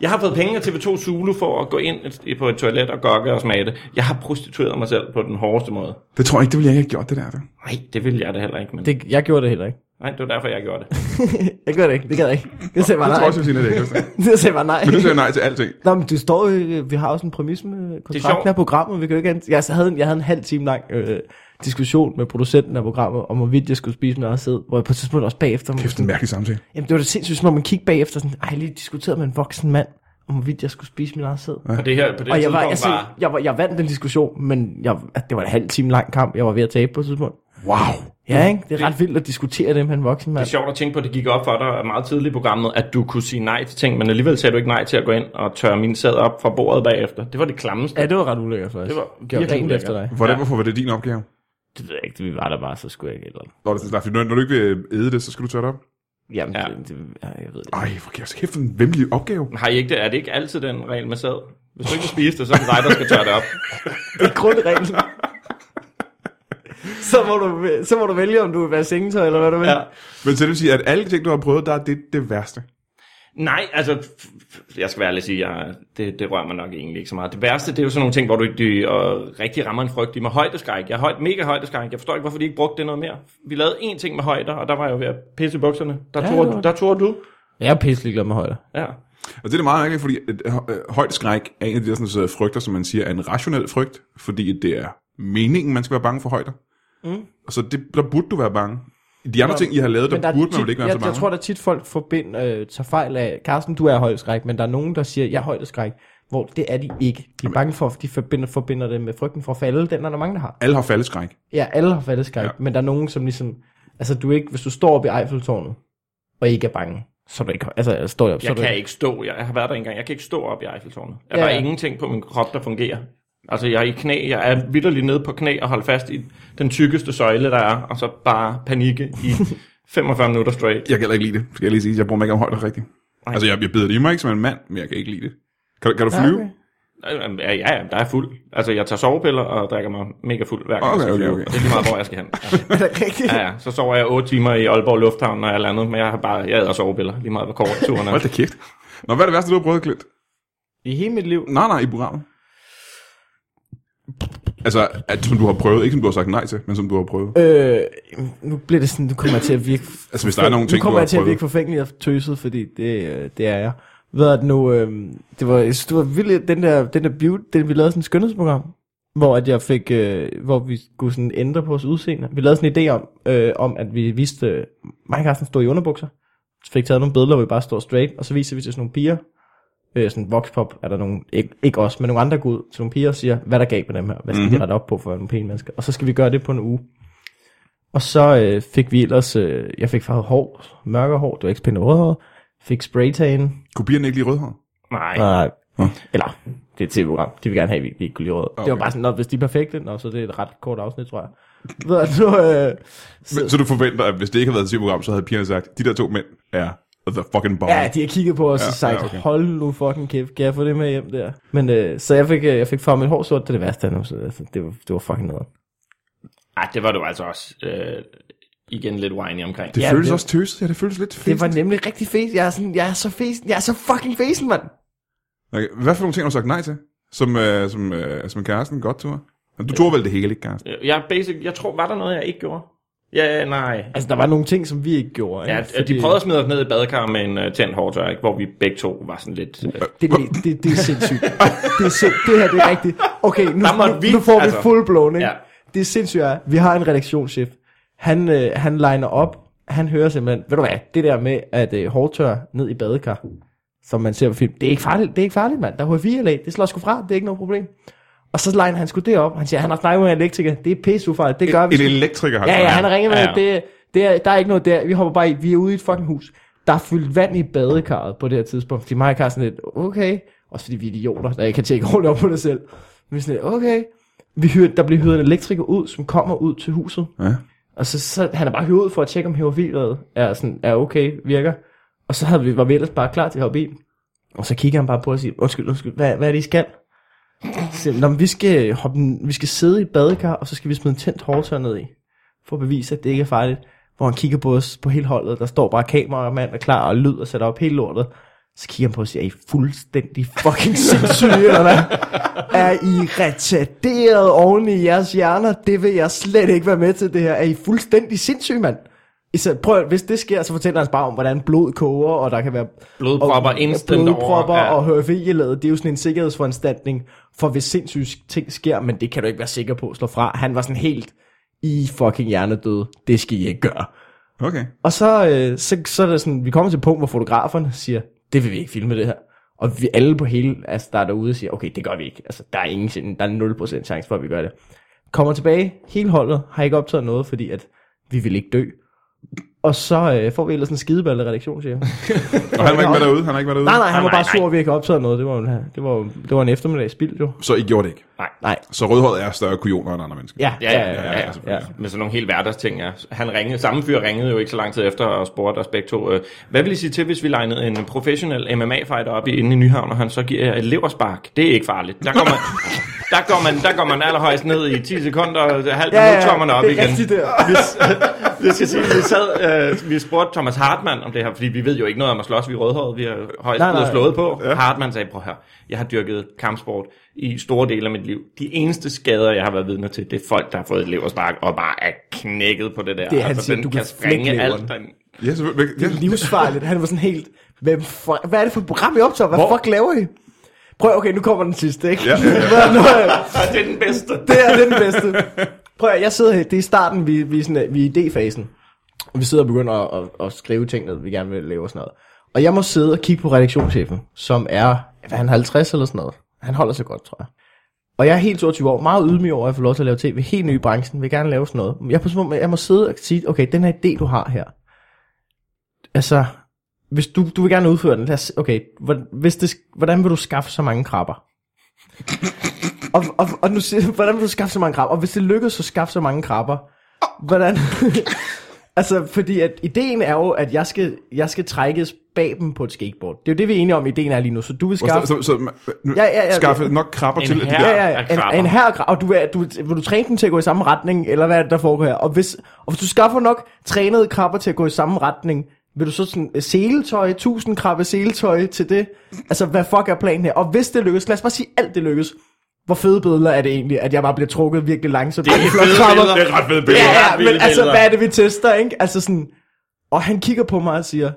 Speaker 3: Jeg har fået penge af TV2 Zulu for at gå ind et- på et toilet og gokke og smage det. Jeg har prostitueret mig selv på den hårdeste måde.
Speaker 1: Det tror jeg ikke, det ville jeg ikke have gjort, det der. der.
Speaker 3: Nej, det ville jeg da heller ikke, men... Det...
Speaker 2: Det, jeg gjorde det heller ikke.
Speaker 3: Nej, det var derfor, jeg gjorde det.
Speaker 2: jeg gjorde det ikke. Det gad jeg ikke. Det sagde bare
Speaker 1: Jeg tror
Speaker 2: nej.
Speaker 1: også, jeg vil sige, det er ikke. Christian.
Speaker 2: Det sagde bare nej.
Speaker 1: Men du siger nej til alting.
Speaker 2: Nå, men du står jo, øh, vi har jo sådan en præmis med kontrakten
Speaker 3: sjovt.
Speaker 2: af programmet, vi kan jo ikke andet. Jeg så havde, en- jeg havde en halv time lang øh, diskussion med producenten af programmet, om hvorvidt jeg skulle spise min egen sæd, hvor jeg på et tidspunkt også bagefter...
Speaker 1: Kæft, det er en mærkelig samtale.
Speaker 2: Jamen, det var da sindssygt, når man kiggede bagefter, sådan, ej, jeg lige diskuterede med en voksen mand, om hvorvidt jeg skulle spise min egen sæd.
Speaker 3: Og det her på det
Speaker 2: Og jeg,
Speaker 3: tidspunkt
Speaker 2: var,
Speaker 3: var...
Speaker 2: altså,
Speaker 3: var...
Speaker 2: jeg, var, jeg vandt den diskussion, men jeg, at det var en halv time lang kamp, jeg var ved at tabe på et tidspunkt.
Speaker 1: Wow.
Speaker 2: Ja, ikke? Mm. Det er ret vildt at diskutere det med en voksen
Speaker 3: Det
Speaker 2: mand.
Speaker 3: er sjovt at tænke på, at det gik op for dig meget tidligt i programmet, at du kunne sige nej til ting, men alligevel sagde du ikke nej til at gå ind og tørre min sæd op fra bordet bagefter. Det var det klammeste.
Speaker 2: Ja, det var ret ulækkert faktisk.
Speaker 3: Det var
Speaker 2: Gjorde
Speaker 3: virkelig
Speaker 2: rent
Speaker 3: ulækkert.
Speaker 2: efter dig.
Speaker 1: Hvordan,
Speaker 3: Ja.
Speaker 1: Hvorfor var det din opgave?
Speaker 2: Det ved jeg ikke, vi var der bare, så skulle jeg ikke eller
Speaker 1: Nå, det er sådan, når, når du ikke vil æde det, så skal du tørre det op.
Speaker 2: Jamen,
Speaker 3: Ja.
Speaker 2: det, det, ja, jeg ved det.
Speaker 1: Ej, for kæft, kæft en vemmelig opgave.
Speaker 3: Har I ikke det? Er det ikke altid den regel med sæd? Hvis du ikke vil spise det, så er det dig, der skal tørre det op.
Speaker 2: Det er grundreglen. *laughs* så, må du, så må du vælge, om du vil være sengetøj, eller hvad du vil.
Speaker 3: Ja.
Speaker 1: Men så det vil sige, at alle de ting, du har prøvet, der er det det værste.
Speaker 3: Nej, altså, f- f- jeg skal være ærlig og sige, jeg, det, det rører mig nok egentlig ikke så meget. Det værste, det er jo sådan nogle ting, hvor du de, og rigtig rammer en frygt i med højdeskræk. Jeg er højt, mega højdeskræk. Jeg forstår ikke, hvorfor de ikke brugte det noget mere. Vi lavede én ting med højder, og der var jeg jo ved at pisse i bukserne. Der,
Speaker 2: Ja,
Speaker 3: ja, tog,
Speaker 2: det var-
Speaker 3: der tog du.
Speaker 2: Jeg er pisselig glad med højder.
Speaker 3: Ja.
Speaker 1: Og det er det meget mærkeligt, fordi et, hø- øh, højt skræk er en af de der sådan, så frygter, som man siger er en rationel frygt, fordi det er meningen, man skal være bange for højder. Mm. Og så det, der burde du være bange. De andre ting, I har lavet, der, der burde man vel ikke være
Speaker 2: jeg,
Speaker 1: så bange.
Speaker 2: jeg tror, der tit folk forbinder, øh, tager fejl af, Carsten, du er højdeskræk, men der er nogen, der siger, jeg er højdeskræk, hvor det er de ikke. De er bange for, de forbinder, forbinder det med frygten for at falde, den er der mange, der har.
Speaker 1: Alle har faldeskræk.
Speaker 2: Ja, alle har højdeskræk,
Speaker 1: Ja.
Speaker 2: ja. men der er nogen, som ligesom, altså du er ikke, hvis du står oppe i Eiffeltårnet, og ikke er bange, så er du ikke, altså jeg står jeg op, så er
Speaker 3: Jeg
Speaker 2: du
Speaker 3: kan ikke stå. Jeg, jeg har været der engang. Jeg kan ikke stå op i Eiffeltårnet. Jeg
Speaker 2: Ja,
Speaker 3: ja, har
Speaker 2: ja.
Speaker 3: ingenting på min krop, der fungerer. Altså, jeg er i knæ. Jeg er vidderlig nede på knæ og holder fast i den tykkeste søjle, der er, og så bare panikke i 45 minutter straight.
Speaker 1: Jeg kan heller ikke lide det, skal jeg lige sige. Jeg bruger mig ikke om højder rigtigt.
Speaker 3: Nej.
Speaker 1: Altså, jeg, jeg bider det i mig ikke som en mand, men jeg kan ikke lide det. Kan, du- kan du flyve?
Speaker 2: okay.
Speaker 3: Ja, ja, ja, der er fuld. Altså, jeg tager sovepiller og drikker mig mega fuld hver gang.
Speaker 1: Okay,
Speaker 3: jeg skal
Speaker 1: okay,
Speaker 3: flyve.
Speaker 1: okay.
Speaker 3: Det er lige meget, hvor jeg skal hen.
Speaker 2: Er det rigtigt?
Speaker 3: Ja, ja. Så sover jeg 8 timer i Aalborg Lufthavn, når jeg er landet, men jeg har bare, jeg æder sovepiller, lige meget, hvor kort turen er.
Speaker 1: Hold da kæft. Nå, hvad er det værste, du har prøvet, Klint?
Speaker 2: *laughs* I hele mit liv,
Speaker 1: Nej, nej, i programmet. Altså, at, som du har prøvet. Ikke som du har sagt nej til, men som du har prøvet.
Speaker 2: Øh, nu bliver det sådan, nu kommer jeg til at virke...
Speaker 1: Altså, hvis der er nogle ting,
Speaker 2: nu kommer
Speaker 1: du har
Speaker 2: jeg til at
Speaker 1: prøvet.
Speaker 2: virke forfængelig og tøset, fordi det, øh, det er jeg. Hvad er det nu? Øh, det var, jeg synes, det var vildt, den der, den der beauty, den, vi lavede sådan et skønhedsprogram, hvor at jeg fik, øh, hvor vi skulle sådan ændre på vores udseende. Vi lavede sådan en idé om, øh, om at vi viste, øh, mig og Carsten stod i underbukser, så fik taget nogle billeder, hvor vi bare står straight, og så viste vi til sådan nogle piger, øh, sådan voxpop, er der nogle, ikke, ikke os, men nogle andre går ud til nogle piger og siger, hvad er der galt med dem her, hvad skal
Speaker 1: Mhm.
Speaker 2: mm-hmm. de rette op på for at være nogle pæne mennesker, og så skal vi gøre det på en uge. Og så øh, fik vi ellers, øh, jeg fik farvet hår, mørkere hår, det var ikke spændende rødhåret, får, fik spraytagen,
Speaker 1: Kunne pigerne ikke lide rødhåret?
Speaker 3: Nej.
Speaker 2: nej,
Speaker 1: Nå.
Speaker 2: eller det er et tv-program, de vil gerne have, at vi ikke kunne lide rød. Okay. Det var
Speaker 1: Okay.
Speaker 2: bare sådan, "Nå, hvis de er perfekte, nå, så det er et ret kort afsnit, tror jeg. Ved du, øh,
Speaker 1: Men, så du forventer, at hvis det ikke havde været et program, så havde pigerne sagt, de der to mænd er the fucking bomb.
Speaker 2: Ja, de har kigget på os ja, og sagt,
Speaker 1: ja,
Speaker 2: ja,
Speaker 1: okay.
Speaker 2: okay. hold nu fucking kæft, kan jeg få det med hjem der? Men øh, så jeg fik, øh, jeg fik farvet mit hår sort, det er det værste, jeg nogensinde- altså, det, var, det var fucking noget.
Speaker 3: Ej, det var du altså også øh, igen lidt whiny omkring.
Speaker 1: det
Speaker 2: ja,
Speaker 1: føles
Speaker 2: det-
Speaker 1: også tøset. Ja, det føles lidt
Speaker 2: Det
Speaker 1: fint.
Speaker 2: var nemlig rigtig fæs. Jeg er, sådan, jeg er så fæs. Jeg er så fucking fæsen, mand.
Speaker 1: Okay. Hvad for nogle ting har du sagt nej til? Som, øh, som, øh, som Karsten godt tur. Du tog vel det hele, ikke Karsten?
Speaker 3: Jeg, basic, jeg tror, var der noget, jeg ikke gjorde? Ja, nej.
Speaker 2: Altså, der var nogle ting, som vi ikke gjorde.
Speaker 3: Ja,
Speaker 2: ikke?
Speaker 3: Fordi... de prøvede at smide os ned i badekar med en uh, tændt hårdtør, ikke? hvor vi begge to var sådan lidt... Uh,
Speaker 2: Det, det, det, det er sindssygt. det, er sind, det her, det er rigtigt. Okay, nu,
Speaker 3: Der måtte
Speaker 2: nu,
Speaker 3: vi-
Speaker 2: nu får vi
Speaker 3: altså.
Speaker 2: altså, full blown, ikke?
Speaker 3: Ja.
Speaker 2: Ja. Det er sindssygt, ja. Vi har en redaktionschef. Han, øh, han liner op. Han hører simpelthen, ved du hvad, det der med at øh, hårdtør ned i badekar, som man ser på film, det er ikke farligt, det er ikke farligt, mand. Der er HF4 det slår sgu fra, det er ikke noget problem. Og så liner han sgu det op. Han siger, han har snakket med en elektriker. Det er pisse ufarligt, det gør vi.
Speaker 1: En
Speaker 2: sgu."
Speaker 1: elektriker har
Speaker 2: Ja, ja,
Speaker 1: snakket.
Speaker 2: han har ringet med,
Speaker 3: Ja,
Speaker 2: ja,
Speaker 3: ja.
Speaker 2: ja. Det, det er, der er ikke noget der, vi hopper bare i, vi er ude i et fucking hus. Der er fyldt vand i badekarret på det her tidspunkt, fordi mig og Carsten er lidt, okay, også fordi vi er idioter, der ikke kan tjekke ordentligt op på det selv. Men vi er sådan lidt, okay, vi hyrer, der bliver hyret en elektriker ud, som kommer ud til huset,
Speaker 1: Ja.
Speaker 2: og så, så han er bare hyret ud for at tjekke, om hæverfilet er, sådan, er okay, virker. Og så havde vi, var vi ellers bare klar til at hoppe i. Og så kigger han bare på os og siger, undskyld, undskyld, hvad, hvad er det, I skal? Så siger han, "Nå, men vi skal, hoppe, vi skal sidde i et badekar, og så skal vi smide en tændt hårdtør ned i. For at bevise, at det ikke er farligt. Hvor han kigger på os på hele holdet, der står bare kameramand og klar og lyd og sætter op hele lortet. Så kigger han på os og siger, er I fuldstændig fucking sindssyge, eller hvad? Er I retarderet oven i jeres hjerner? Det vil jeg slet ikke være med til det her. Er I fuldstændig sindssyge, mand? I Så prøv, at- hvis det sker, så fortæller han bare om, hvordan blod koger, og der kan være
Speaker 3: Blodpropper
Speaker 2: og-
Speaker 3: instant
Speaker 2: blodpropper
Speaker 3: over, ja.
Speaker 2: og HFI-ladet, det er jo sådan en sikkerhedsforanstaltning, for hvis sindssyge ting sker, men det kan du ikke være sikker på at slå fra. Han var sådan helt, I fucking hjernedøde, det skal I ikke gøre.
Speaker 1: Okay.
Speaker 2: Og så, øh, så, så er det sådan, vi kommer til et punkt, hvor fotograferne siger, det vil vi ikke filme det her. Og vi alle på hele, altså der er derude, siger, okay, det gør vi ikke. Altså, der er ingen, sin- der er 0% chance for, at vi gør det. Kommer tilbage, hele holdet har ikke optaget noget, fordi at vi vil ikke dø. Og så øh, får vi ellers en skideballe redaktionschef.
Speaker 1: Og han var ikke med derude, han har ikke været derude.
Speaker 2: Nej, nej, han var
Speaker 3: Nej,
Speaker 2: bare
Speaker 3: nej,
Speaker 2: sur, at vi ikke har optaget noget. Det var, jo- det var, jo- det var en eftermiddag spild, jo.
Speaker 1: Så I gjorde det ikke.
Speaker 2: Nej.
Speaker 1: Så rødhåret er større kujoner end andre mennesker.
Speaker 2: Ja,
Speaker 3: Ja, ja, ja, ja,
Speaker 1: selvfølgelig.
Speaker 3: med sådan nogle helt hverdagsting. Ja. Han ringede, samme fyr ringede jo ikke så lang tid efter og spurgte os begge to, øh, hvad vil I sige til, hvis vi legnede en professionel MMA-fighter op i- inde i Nyhavn, og han så giver jer et leverspark? Det er ikke farligt. Der går *laughs* man, der går man, der går man allerhøjst ned i 10 sekunder, og halv ja, ja, tommerne op
Speaker 2: det er
Speaker 3: igen.
Speaker 2: rigtigt der. *laughs*
Speaker 3: Det skal sige, vi, sad, øh, vi spurgte Thomas Hartmann om det her, fordi vi ved jo ikke noget om at slås. Vi er rødhåret, vi er højst
Speaker 2: Nej,
Speaker 3: blevet
Speaker 2: nej.
Speaker 3: slået på. Ja. Hartmann sagde, prøv her, jeg har dyrket kampsport i store dele af mit liv. De eneste skader, jeg har været vidne til, det er folk, der har fået et leverspark og bare er knækket på det der. Altså,
Speaker 2: Det er, han siger,
Speaker 3: den
Speaker 2: du
Speaker 3: kan
Speaker 2: kan flække
Speaker 3: sprænge alt.
Speaker 2: leveren.
Speaker 3: Den.
Speaker 1: Ja, selvfølgelig. Ja.
Speaker 2: Det er livsfarligt. Han var sådan helt, Hvem for, hvad er det for et program, I optager? Hvad fuck laver I? Prøv, okay, nu kommer den sidste, ikke?
Speaker 1: Ja, ja, ja.
Speaker 2: *laughs* Hvad- nu er-
Speaker 3: Og det er den bedste.
Speaker 2: det er den bedste. Prøv at, jeg sidder her, det er i starten, vi, vi, er sådan, vi er i idéfasen. Og vi sidder og begynder at, at, at skrive ting ned, vi gerne vil lave og sådan noget. Og jeg må sidde og kigge på redaktionschefen, som er, hvad er han 50 eller sådan noget. Han holder sig godt, tror jeg. Og jeg er helt 22 år, meget ydmyg over, at jeg får lov til at lave tv, helt ny i branchen, vil gerne lave sådan noget. Men Jeg, er på, sådan en måde, jeg må sidde og sige, okay, den her idé, du har her, altså, hvis du, du vil gerne udføre den, lad os, se- okay, hvordan, hvis det, hvordan vil du skaffe så mange krabber? og, og, og nu siger hvordan vil du skaffe så mange krabber? Og hvis det lykkes, så skaffe så mange krabber. Hvordan? *laughs* altså, fordi at ideen er jo, at jeg skal, jeg skal trækkes bag dem på et skateboard. Det er jo det, vi er enige om, ideen er lige nu. Så du vil
Speaker 1: Så,
Speaker 2: skaffe...
Speaker 1: så, så nu,
Speaker 2: Ja, ja, ja,
Speaker 1: skaffe nok krabber
Speaker 3: En
Speaker 1: til, at de
Speaker 3: herre.
Speaker 1: der...
Speaker 2: Ja, ja,
Speaker 3: af
Speaker 2: ja.
Speaker 3: krabber.
Speaker 2: En, en her, og du, er, du, vil du træne dem til at gå i samme retning, eller hvad er det, der foregår her? Og hvis, og hvis du skaffer nok trænede krabber til at gå i samme retning, vil du så sådan øh, seletøj, tusind krabbe seletøj til det? Altså, hvad fuck er planen her? Og hvis det lykkes, lad os bare sige, alt det lykkes. Hvor fede billeder er det egentlig, at jeg bare bliver trukket virkelig langsomt? Det
Speaker 3: er fede billeder.
Speaker 1: Det er ret fedt billede.
Speaker 2: Ja,
Speaker 3: Det er
Speaker 2: ja,
Speaker 3: ret vilde
Speaker 2: men altså,
Speaker 3: billeder.
Speaker 2: hvad er det, vi tester, ikke? Altså sådan, og han kigger på mig og siger,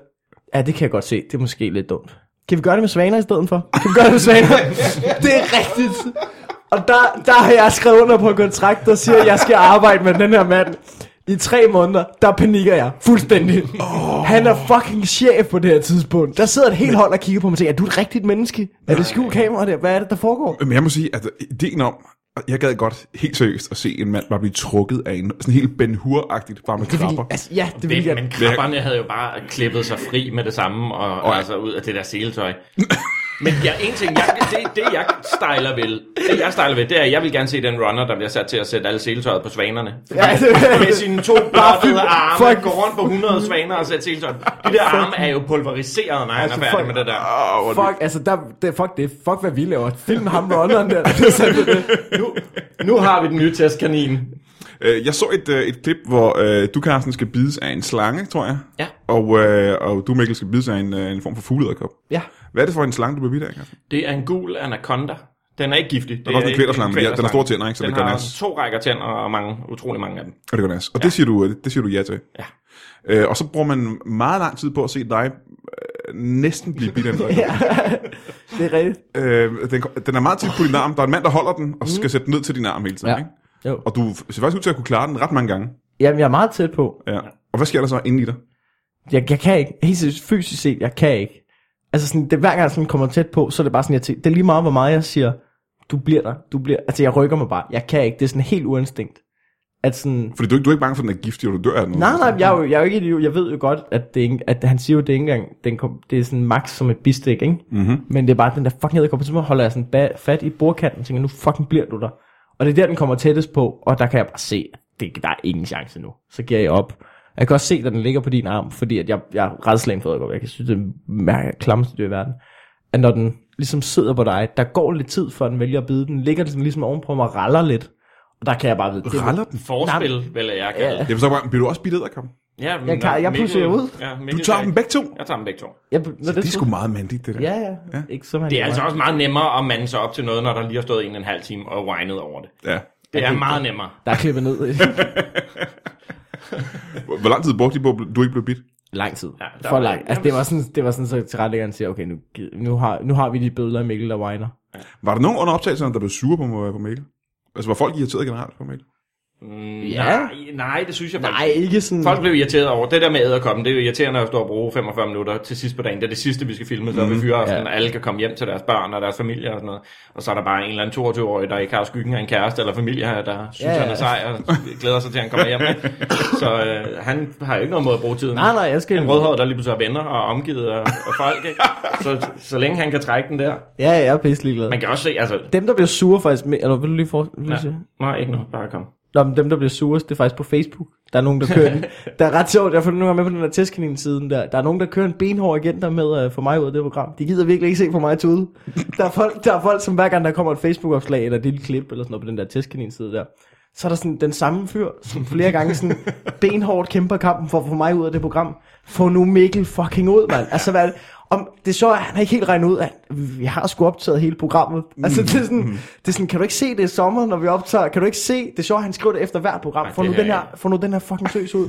Speaker 2: ja, det kan jeg godt se, det er måske lidt dumt. Kan vi gøre det med svaner i stedet for? Kan vi gøre det med svaner?
Speaker 3: *laughs*
Speaker 2: det er rigtigt. Og der, der har jeg skrevet under på en kontrakt, der siger, at jeg skal arbejde med den her mand i tre måneder. Der panikker jeg fuldstændig. Oh. Han er fucking chef på det her tidspunkt. Der sidder et helt hold og kigger på mig og tænker, er du et rigtigt menneske? Er det skjult kamera der? Hvad er det, der foregår?
Speaker 1: Men jeg må sige, at ideen om... Jeg gad godt helt seriøst at se en mand bare blive trukket af en sådan helt Ben Hur-agtigt bare med
Speaker 2: Det vil,
Speaker 1: krabber.
Speaker 2: altså, ja, det vil
Speaker 3: Det,
Speaker 2: jeg.
Speaker 3: men krabberne havde jo bare klippet sig fri med det samme, og, og altså ud af det der seletøj. Men jeg, en ting, jeg, det, det jeg stejler ved, det jeg stejler ved, det er, at jeg vil gerne se den runner, der bliver sat til at sætte alle seletøjet på svanerne.
Speaker 2: Ja,
Speaker 3: Med sine to
Speaker 2: fyldt-
Speaker 3: blottede arme,
Speaker 2: folk-
Speaker 3: folk. går rundt på 100 svaner og sætter seletøjet. De der arme er jo pulveriseret, når han
Speaker 2: Altså,
Speaker 3: er færdig
Speaker 2: folk-
Speaker 3: med det der.
Speaker 1: Åh, hvor er det-
Speaker 2: Fuck, altså, der, det, fuck det. Fuck, hvad vi laver. Film ham runneren der. Det er sådan,
Speaker 3: Nu, nu har vi den nye testkanin.
Speaker 1: Øh, Jeg så et, øh, et klip, hvor øh, du, Carsten, skal bides af en slange, tror jeg.
Speaker 3: Ja.
Speaker 1: Og, øh, og du, Mikkel, skal bides af en, øh, en form for fuglederkop.
Speaker 2: ja.
Speaker 1: Hvad er det for en slange, du bliver bidt af, Carsten?
Speaker 3: Det er en gul anaconda. Den er ikke giftig. Det
Speaker 1: Den er også en
Speaker 3: ikke
Speaker 1: kvælerslange, men ja, den har store tænder, ikke? Så
Speaker 3: den
Speaker 1: det gør
Speaker 3: har
Speaker 1: nas.
Speaker 3: to rækker tænder og mange, utrolig mange af dem.
Speaker 1: Og det går nas. Og ja. det, siger du, øh, det siger du ja til.
Speaker 3: Ja.
Speaker 1: Øh, og så bruger man meget lang tid på at se dig øh, næsten blive bidt af en øjenlåg.
Speaker 2: Ja. det er rigtigt.
Speaker 1: øh, den, den er meget tit på din arm. Der er en mand, der holder den, og skal sætte den ned til din arm hele tiden.
Speaker 2: Mm. Ja.
Speaker 1: Ikke?
Speaker 2: Jo.
Speaker 1: Og du ser faktisk ud til at kunne klare den ret mange gange.
Speaker 2: Jamen, jeg er meget tæt på.
Speaker 1: Ja. Og hvad sker der så inde i dig?
Speaker 2: Jeg, jeg kan ikke, helt seriøst, fysisk set, jeg kan ikke. Altså, sådan, det, hver gang jeg sådan kommer tæt på, så er det bare sådan, jeg tænker, det er lige meget, hvor meget jeg siger, du bliver der, du bliver, altså jeg rykker mig bare, jeg kan ikke, det er sådan helt uinstinkt. At sådan,
Speaker 1: Fordi du, er ikke- du er ikke bange for, at den er giftig, og du dør af den.
Speaker 2: nej, nej, jeg er jo, jeg er jo ikke idiot, jeg ved jo godt, at, det er, ikke- at han siger jo, det er ikke engang, den kom, det er sådan max som et bistik, ikke?
Speaker 1: Mm-hmm.
Speaker 2: Men det er bare den der fucking edderkop, og så holder jeg sådan ba- fat i bordkanten og tænker, nu fucking bliver du der. Og det er der, den kommer tættest på, og der kan jeg bare se, at det, der er ingen chance nu. Så giver jeg op. Jeg kan også se, at den ligger på din arm, fordi at jeg, jeg er redslægen for edderkop. Jeg kan synes, det er mærke klammeste dyr i verden. At når den ligesom sidder på dig, der går lidt tid, før den vælger at bide. Den ligger ligesom, ligesom ovenpå mig og raller lidt. Og der kan jeg bare vide, det
Speaker 1: Raller den?
Speaker 3: Forspil, vel er jeg kaldt.
Speaker 1: Jeg vil så bare, bliver du også bidt af
Speaker 3: Ja, men
Speaker 2: Jeg kan-
Speaker 3: når
Speaker 2: jeg
Speaker 3: Mikkel-
Speaker 2: pusser jer ud.
Speaker 3: Ja,
Speaker 1: Du
Speaker 3: Mikkel
Speaker 1: tager
Speaker 3: kan-
Speaker 1: dem begge to.
Speaker 3: Jeg tager dem begge to.
Speaker 2: jeg, når
Speaker 1: Det er sgu meget mandigt, det der.
Speaker 2: Ja, ja.
Speaker 1: Ja.
Speaker 2: ja. Ikke som han
Speaker 3: Det er
Speaker 2: gør.
Speaker 3: altså også meget nemmere at mande sig op til noget, når der lige har stået en og en halv time og whinet over det.
Speaker 1: ja.
Speaker 3: Det er meget nemmere.
Speaker 2: Der er klippet ned i *laughs*
Speaker 1: Hvor- Hvor lang tid brugte de på, at du ikke blev bidt?
Speaker 2: lang tid.
Speaker 3: Ja,
Speaker 2: Ja,
Speaker 3: der
Speaker 2: for
Speaker 3: var-
Speaker 2: lang. Altså, det var sådan, det var sådan så tilrettelæggeren siger, okay, nu, gid- nu, har, nu har vi de billeder af Mikkel, der whiner.
Speaker 1: Var der nogen under optagelserne, der blev sure på, på Mikkel? Altså, var folk irriteret generelt på Mikkel?
Speaker 3: Mm,
Speaker 2: Ja.
Speaker 3: Nej, nej, det synes jeg faktisk.
Speaker 2: Nej, ikke sådan...
Speaker 3: Folk blev irriteret over det der med æderkoppen. Det er jo irriterende at stå og bruge 45 minutter til sidst på dagen. Det er det sidste, vi skal filme, så mm, vi fyrer aften,
Speaker 2: ja.
Speaker 3: og alle kan komme hjem til deres børn og deres familier og sådan noget. Og så er der bare en eller anden 22-årig, der ikke har skyggen af en kæreste eller familie her, der synes,
Speaker 2: Ja, ja.
Speaker 3: han er sej og glæder sig til, at han kommer hjem. *laughs* så øh, han har jo ikke noget måde at bruge tiden.
Speaker 2: Nej, nej, jeg skal...
Speaker 3: En rødhård, der lige pludselig har venner og omgivet af, af folk,
Speaker 4: *laughs*
Speaker 3: ikke? Så, så længe han kan trække den der.
Speaker 2: Ja, ja, jeg er pisse ligeglad.
Speaker 3: Man kan også se, altså...
Speaker 2: Dem, der bliver sure faktisk... me- Eller vil du lige for... Vil du
Speaker 3: Ja.
Speaker 2: sige?
Speaker 3: Nej, ikke noget, bare kom.
Speaker 2: Nå, men dem, der bliver surest, det er faktisk på Facebook. Der er nogen, der kører den. Der er ret sjovt, jeg har fundet nogle gange med på den der testkanin-siden der. Der er nogen, der kører en benhård agenda med uh, for mig ud af det program. De gider virkelig ikke se på mig tude. Der er folk, der, er folk som hver gang der kommer et Facebook-opslag eller et lille klip eller sådan noget på den der testkanin-side der. Så er der sådan den samme fyr, som flere gange sådan benhårdt kæmper kampen for at få mig ud af det program. Få nu Mikkel fucking ud, mand. Altså, hvad er det? Om det så er, han har ikke helt regnet ud af, vi har sgu optaget hele programmet.
Speaker 3: Mm.
Speaker 2: Altså, det er, sådan, det er sådan, kan du ikke se det i sommer, når vi optager? Kan du ikke se? Det er sjovt, han skriver det efter hvert program.
Speaker 3: Ej,
Speaker 2: få,
Speaker 3: det
Speaker 2: nu
Speaker 3: her
Speaker 2: den her,
Speaker 3: er-
Speaker 2: få nu den her fucking søs
Speaker 3: *laughs*
Speaker 2: ud.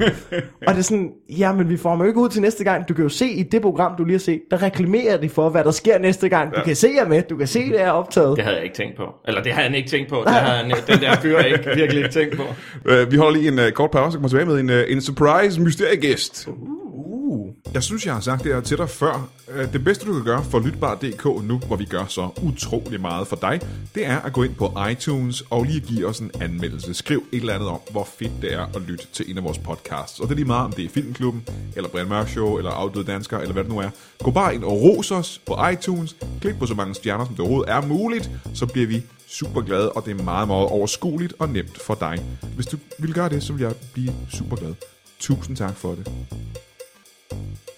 Speaker 2: og det er sådan, jamen vi får ham jo ikke ud til næste gang. Du kan jo se i det program, du lige har set, der reklamerer de for, hvad der sker næste gang. Du kan se jer med, du kan se, det er optaget.
Speaker 3: Det havde jeg ikke tænkt på. Eller det havde han ikke tænkt på. Det havde han, den der fyr
Speaker 4: *laughs*
Speaker 3: ikke virkelig ikke tænkt på.
Speaker 1: Øh, vi holder lige en øh, kort pause og kommer tilbage med en, øh, en surprise mysteriegæst. Uh. Jeg synes, jeg har sagt det her til dig før. Øh, Det bedste, du kan gøre for Lytbar.dk nu, hvor vi gør så utrolig meget for dig, det er at gå ind på iTunes og lige give os en anmeldelse. Skriv et eller andet om, hvor fedt det er at lytte til en af vores podcasts. Og det er lige meget, om det er Filmklubben, eller Brian Mørk Show, eller Afdøde Dansker, eller hvad det nu er. Gå bare ind og ros os på iTunes. Klik på så mange stjerner, som det overhovedet er muligt, så bliver vi super glad, og det er meget, meget overskueligt og nemt for dig. Hvis du vil gøre det, så vil jeg blive super glad. Tusind tak for det.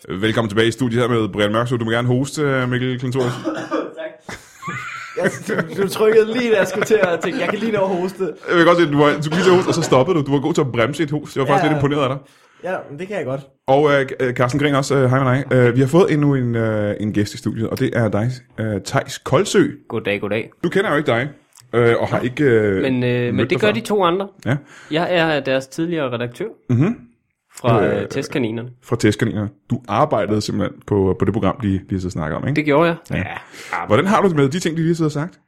Speaker 1: Velkommen tilbage i studiet her med Brian Mørksø. Du må gerne hoste, øh, Mikkel Klintorius.
Speaker 2: Jeg, du, du trykkede lige, da jeg skulle til at tænke, jeg kan lige nå at hoste.
Speaker 1: Jeg vil godt se, at du var, du gik til at hoste, og så stoppede du. Du var god til at bremse et hus. Jeg var faktisk
Speaker 2: Ja.
Speaker 1: lidt imponeret af dig.
Speaker 2: Ja, men det kan jeg godt.
Speaker 1: Og øh, øh, Carsten Gring også, øh, hej med dig. Øh, vi har fået endnu en, øh, en gæst i studiet, og det er dig, øh, Tejs Koldsø.
Speaker 4: Goddag, goddag.
Speaker 1: Du kender jo ikke dig, øh, og har ikke øh,
Speaker 4: Men, øh, men
Speaker 1: mødt
Speaker 4: det
Speaker 1: dig
Speaker 4: gør
Speaker 1: før.
Speaker 4: de to andre.
Speaker 1: Ja,
Speaker 4: Jeg er deres tidligere redaktør mm-hmm. fra øh, Testkaninerne.
Speaker 1: fra testkaninerne. Du arbejdede simpelthen på, på det program, de lige så snakker om, ikke?
Speaker 4: Det gjorde jeg.
Speaker 1: Hvordan har du det med de ting, de lige sidder og sagt?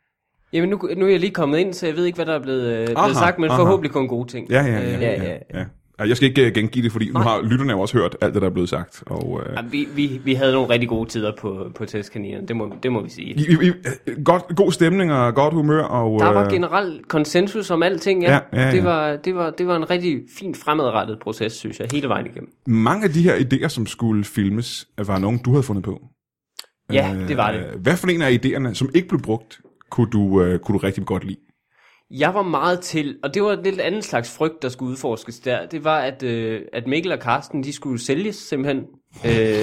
Speaker 4: Jamen, nu, nu er jeg lige kommet ind, så jeg ved ikke, hvad der er blevet, øh,
Speaker 1: Aha,
Speaker 4: blevet sagt, men
Speaker 1: aha.
Speaker 4: forhåbentlig kun gode ting.
Speaker 1: Ja, ja, ja.
Speaker 4: Øh,
Speaker 1: ja, ja, ja. Ej, Jeg skal ikke øh, gengive det, fordi nu har lytterne jo også hørt alt det, der er blevet sagt. Og, øh,
Speaker 4: jamen, vi, vi, vi havde nogle rigtig gode tider på, på Testkaninerne, det må, det må vi sige.
Speaker 1: I, I, I, godt, god stemning og godt humør. Og,
Speaker 4: Der var
Speaker 1: øh,
Speaker 4: generelt konsensus om alting, ja.
Speaker 1: Ja, ja, ja.
Speaker 4: Det, var, det, var, det var en rigtig fin fremadrettet proces, synes jeg, hele vejen igennem.
Speaker 1: mange af de her idéer, som skulle filmes, var nogen, du havde fundet på.
Speaker 4: Ja,
Speaker 1: Øh,
Speaker 4: det var det.
Speaker 1: Hvad for en af idéerne, som ikke blev brugt, kunne du, øh, kunne du rigtig godt lide?
Speaker 4: Jeg var meget til, og det var et lidt andet slags frygt, der skulle udforskes der. Det var, at, øh, at Mikkel og Karsten, de skulle sælges simpelthen øh,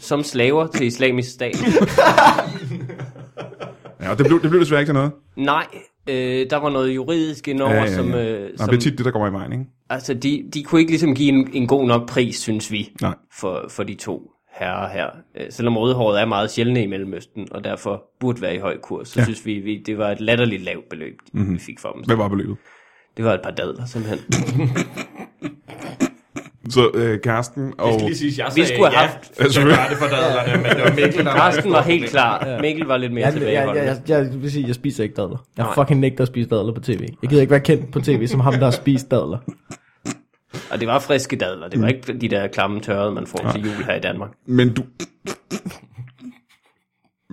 Speaker 4: som slaver til islamisk stat.
Speaker 1: Ja, og det blev, det blev desværre ikke til noget.
Speaker 4: Nej, øh, der var noget juridisk indover,
Speaker 1: Ja,
Speaker 4: ja,
Speaker 1: ja, ja.
Speaker 4: som...
Speaker 1: Nå,
Speaker 4: Øh,
Speaker 1: som...
Speaker 4: som
Speaker 1: Det er tit det, der kommer i vejen, ikke?
Speaker 4: altså, de, de kunne ikke ligesom give en, en god nok pris, synes vi,
Speaker 1: Nej.
Speaker 4: for, for de to. herre her. Øh, Selvom rødhåret er meget sjældne i Mellemøsten, og derfor burde være i høj kurs, så ja. synes vi, vi, det var et latterligt lavt beløb, mm-hmm. vi fik for dem.
Speaker 1: Mhm. Hvad var beløbet?
Speaker 4: Det var et par dadler,
Speaker 1: *laughs*
Speaker 4: simpelthen.
Speaker 1: Så øh, Karsten og...
Speaker 3: Jeg skal lige sige, jeg
Speaker 4: Vi
Speaker 3: sagde
Speaker 4: skulle have
Speaker 3: ja,
Speaker 4: haft-
Speaker 3: til at gøre det for dadlerne, men det var Mikkel, der
Speaker 4: *laughs* Karsten var helt klar. Mikkel var lidt mere
Speaker 2: Altså, Jeg, jeg, jeg,
Speaker 4: tilbageholdende.
Speaker 2: jeg, jeg, jeg vil sige, jeg spiser ikke dadler. Jeg fucking nægter at spise dadler på tv. Jeg gider ikke være kendt på tv som ham, der har spist dadler.
Speaker 4: Og det var friske dadler. Det var
Speaker 1: Mhm.
Speaker 4: ikke de der klamme tørrede, man får til jul her i Danmark.
Speaker 1: Men du...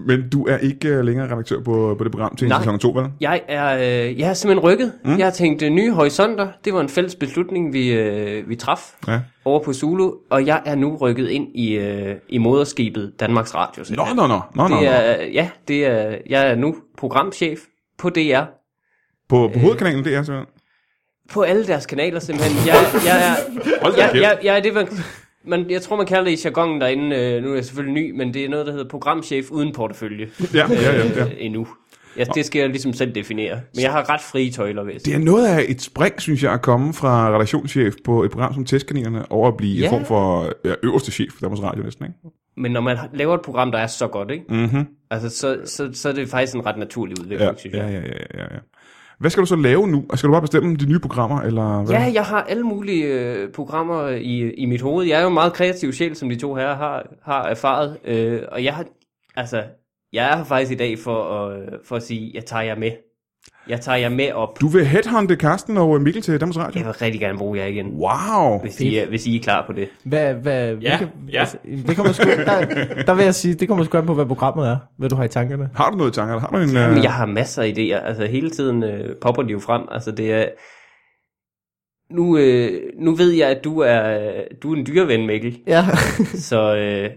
Speaker 1: Men du er ikke øh, længere redaktør på, på det program til
Speaker 4: Nej.
Speaker 1: sæson 2, vel?
Speaker 4: Jeg er, øh, jeg er simpelthen rykket. Mm. Jeg har tænkt øh, nye horisonter. Det var en fælles beslutning, vi, øh, vi traf
Speaker 1: Ja.
Speaker 4: over på Zulu. Og jeg er nu rykket ind i, øh, i moderskibet Danmarks Radio.
Speaker 1: Nå,
Speaker 4: simpelthen.
Speaker 1: nå, nå. nå, nå,
Speaker 4: Det
Speaker 1: nå.
Speaker 4: er, ja, det er, jeg er nu programchef på DR.
Speaker 1: På,
Speaker 4: øh,
Speaker 1: på hovedkanalen, det er simpelthen.
Speaker 4: På alle deres kanaler simpelthen. Jeg, jeg er,
Speaker 1: *laughs* Hold da
Speaker 4: jeg,
Speaker 1: kæft.
Speaker 4: jeg, jeg er det, man, man, jeg tror, man kalder det i jargonen derinde. Øh, nu er jeg selvfølgelig ny, men det er noget, der hedder programchef uden portefølje
Speaker 1: Ja, ja, ja, ja.
Speaker 4: øh, endnu. Ja, det skal jeg ligesom selv definere. Men jeg har ret frie tøjler, ved
Speaker 1: Det er noget af et spring, synes jeg, at komme fra redaktionschef på et program som Testkaninerne over at blive ja.
Speaker 4: Ja.
Speaker 1: en form for ja, øverste chef for Danmarks Radio næsten, ikke?
Speaker 4: Men når man laver et program, der er så godt, ikke? Mm-hmm. Altså, så, så, så er det faktisk en ret naturlig udvikling,
Speaker 1: Ja,
Speaker 4: synes jeg.
Speaker 1: ja, ja, ja, ja, ja. Hvad skal du så lave nu? Skal du bare bestemme de nye programmer, eller hvad?
Speaker 4: Ja, jeg har alle mulige øh, programmer i, i mit hoved. Jeg er jo en meget kreativ sjæl, som de to herrer har, har erfaret. Øh, og jeg har, altså, jeg er her faktisk i dag for at, øh, for at sige, jeg tager jer med. Jeg tager jer med op.
Speaker 1: Du vil headhunte Karsten og Mikkel til Danmarks Radio?
Speaker 4: Jeg vil rigtig gerne bruge jer igen,
Speaker 1: Wow!
Speaker 4: hvis I, er- hvis I er klar på det.
Speaker 2: Hvad, hvad,
Speaker 3: Ja,
Speaker 2: hvilke-
Speaker 3: ja.
Speaker 2: altså, Det kommer sgu, der, der vil jeg sige, det kommer sgu an på, hvad programmet er, hvad du har i tankerne.
Speaker 1: Har du noget i tankerne? Har du en...
Speaker 4: Jamen,
Speaker 1: øh,
Speaker 4: jeg har masser af idéer. Altså, hele tiden øh, popper de jo frem. Altså, det er... Nu, øh, nu ved jeg, at du er, du er en dyreven, Mikkel.
Speaker 2: Ja.
Speaker 4: Så... Øh,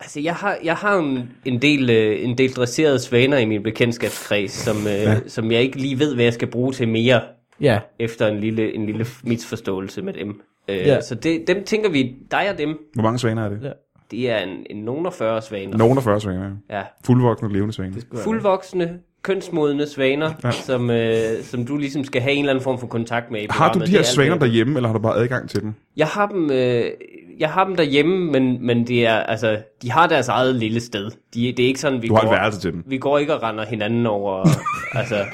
Speaker 4: altså, jeg har, jeg har jo en, en, del, øh, en del dresserede svaner i min bekendtskabskreds, som, øh, ja. som jeg ikke lige ved, hvad jeg skal bruge til mere,
Speaker 2: *laughs* ja.
Speaker 4: efter en lille, en lille misforståelse med dem. Øh,
Speaker 2: Ja.
Speaker 4: ja. Så det, dem tænker vi, dig og dem,
Speaker 1: Hvor mange svaner er det?
Speaker 2: Ja.
Speaker 4: det er en, en nogen af 40 svaner.
Speaker 1: Nogen af 40 svaner, ja.
Speaker 4: Ja.
Speaker 1: Fuldvoksne levende svaner.
Speaker 4: fuldvoksne, kønsmodne svaner, ja. som, øh, som du ligesom skal have en eller anden form for kontakt med i
Speaker 1: Har du
Speaker 4: programmet.
Speaker 1: de
Speaker 4: Det
Speaker 1: her
Speaker 4: er alt
Speaker 1: svaner
Speaker 4: det.
Speaker 1: derhjemme, eller har du bare adgang til dem?
Speaker 4: Jeg har dem, øh, jeg har dem derhjemme, men, men det er, altså, de har deres eget lille sted. De, det er ikke sådan, vi
Speaker 1: Du har
Speaker 4: går,
Speaker 1: et værelse til dem.
Speaker 4: vi går ikke og render hinanden
Speaker 1: *laughs*
Speaker 4: over, altså,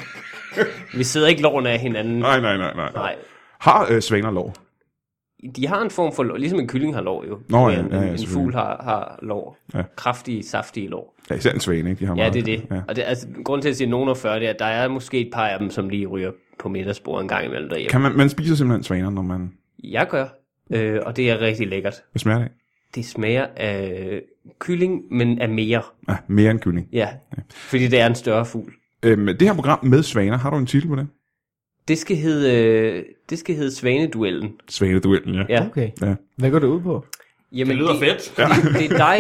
Speaker 4: vi sidder ikke loven af hinanden.
Speaker 1: Nej, nej, nej, nej.
Speaker 4: Nej.
Speaker 1: Har øh, svaner lov?
Speaker 4: De har en form for lår, ligesom en kylling har lår jo.
Speaker 1: Nå ja,
Speaker 4: en,
Speaker 1: ja, ja,
Speaker 4: en
Speaker 1: selvfølgelig.
Speaker 4: fugl har, har lår.
Speaker 1: Ja.
Speaker 4: Ja. Kraftige, saftige lår.
Speaker 1: Ja, især en svane, ikke? De har
Speaker 4: Ja,
Speaker 1: meget.
Speaker 4: det er det.
Speaker 1: Ja.
Speaker 4: Ja. Og det, altså, grunden til at sige nogen og 40, det er, at der er måske et par af dem, som lige ryger på middagsbordet en gang imellem derhjemme.
Speaker 1: Kan man, man spiser simpelthen svaner, når man...
Speaker 4: Jeg gør, øh, og det er rigtig lækkert.
Speaker 1: Hvad smager det af?
Speaker 4: Det smager af kylling, men af mere.
Speaker 1: Ah, mere end kylling.
Speaker 4: Ja, fordi det er en større fugl.
Speaker 1: Øhm, det her program med svaner, har du en titel på det?
Speaker 4: Det skal hedde, øh, det skal hedde Svaneduellen.
Speaker 1: Svaneduellen, ja.
Speaker 4: Ja.
Speaker 2: Okay.
Speaker 1: Ja.
Speaker 2: Hvad går det ud på?
Speaker 4: Jamen,
Speaker 3: Det lyder fedt.
Speaker 4: det er dig...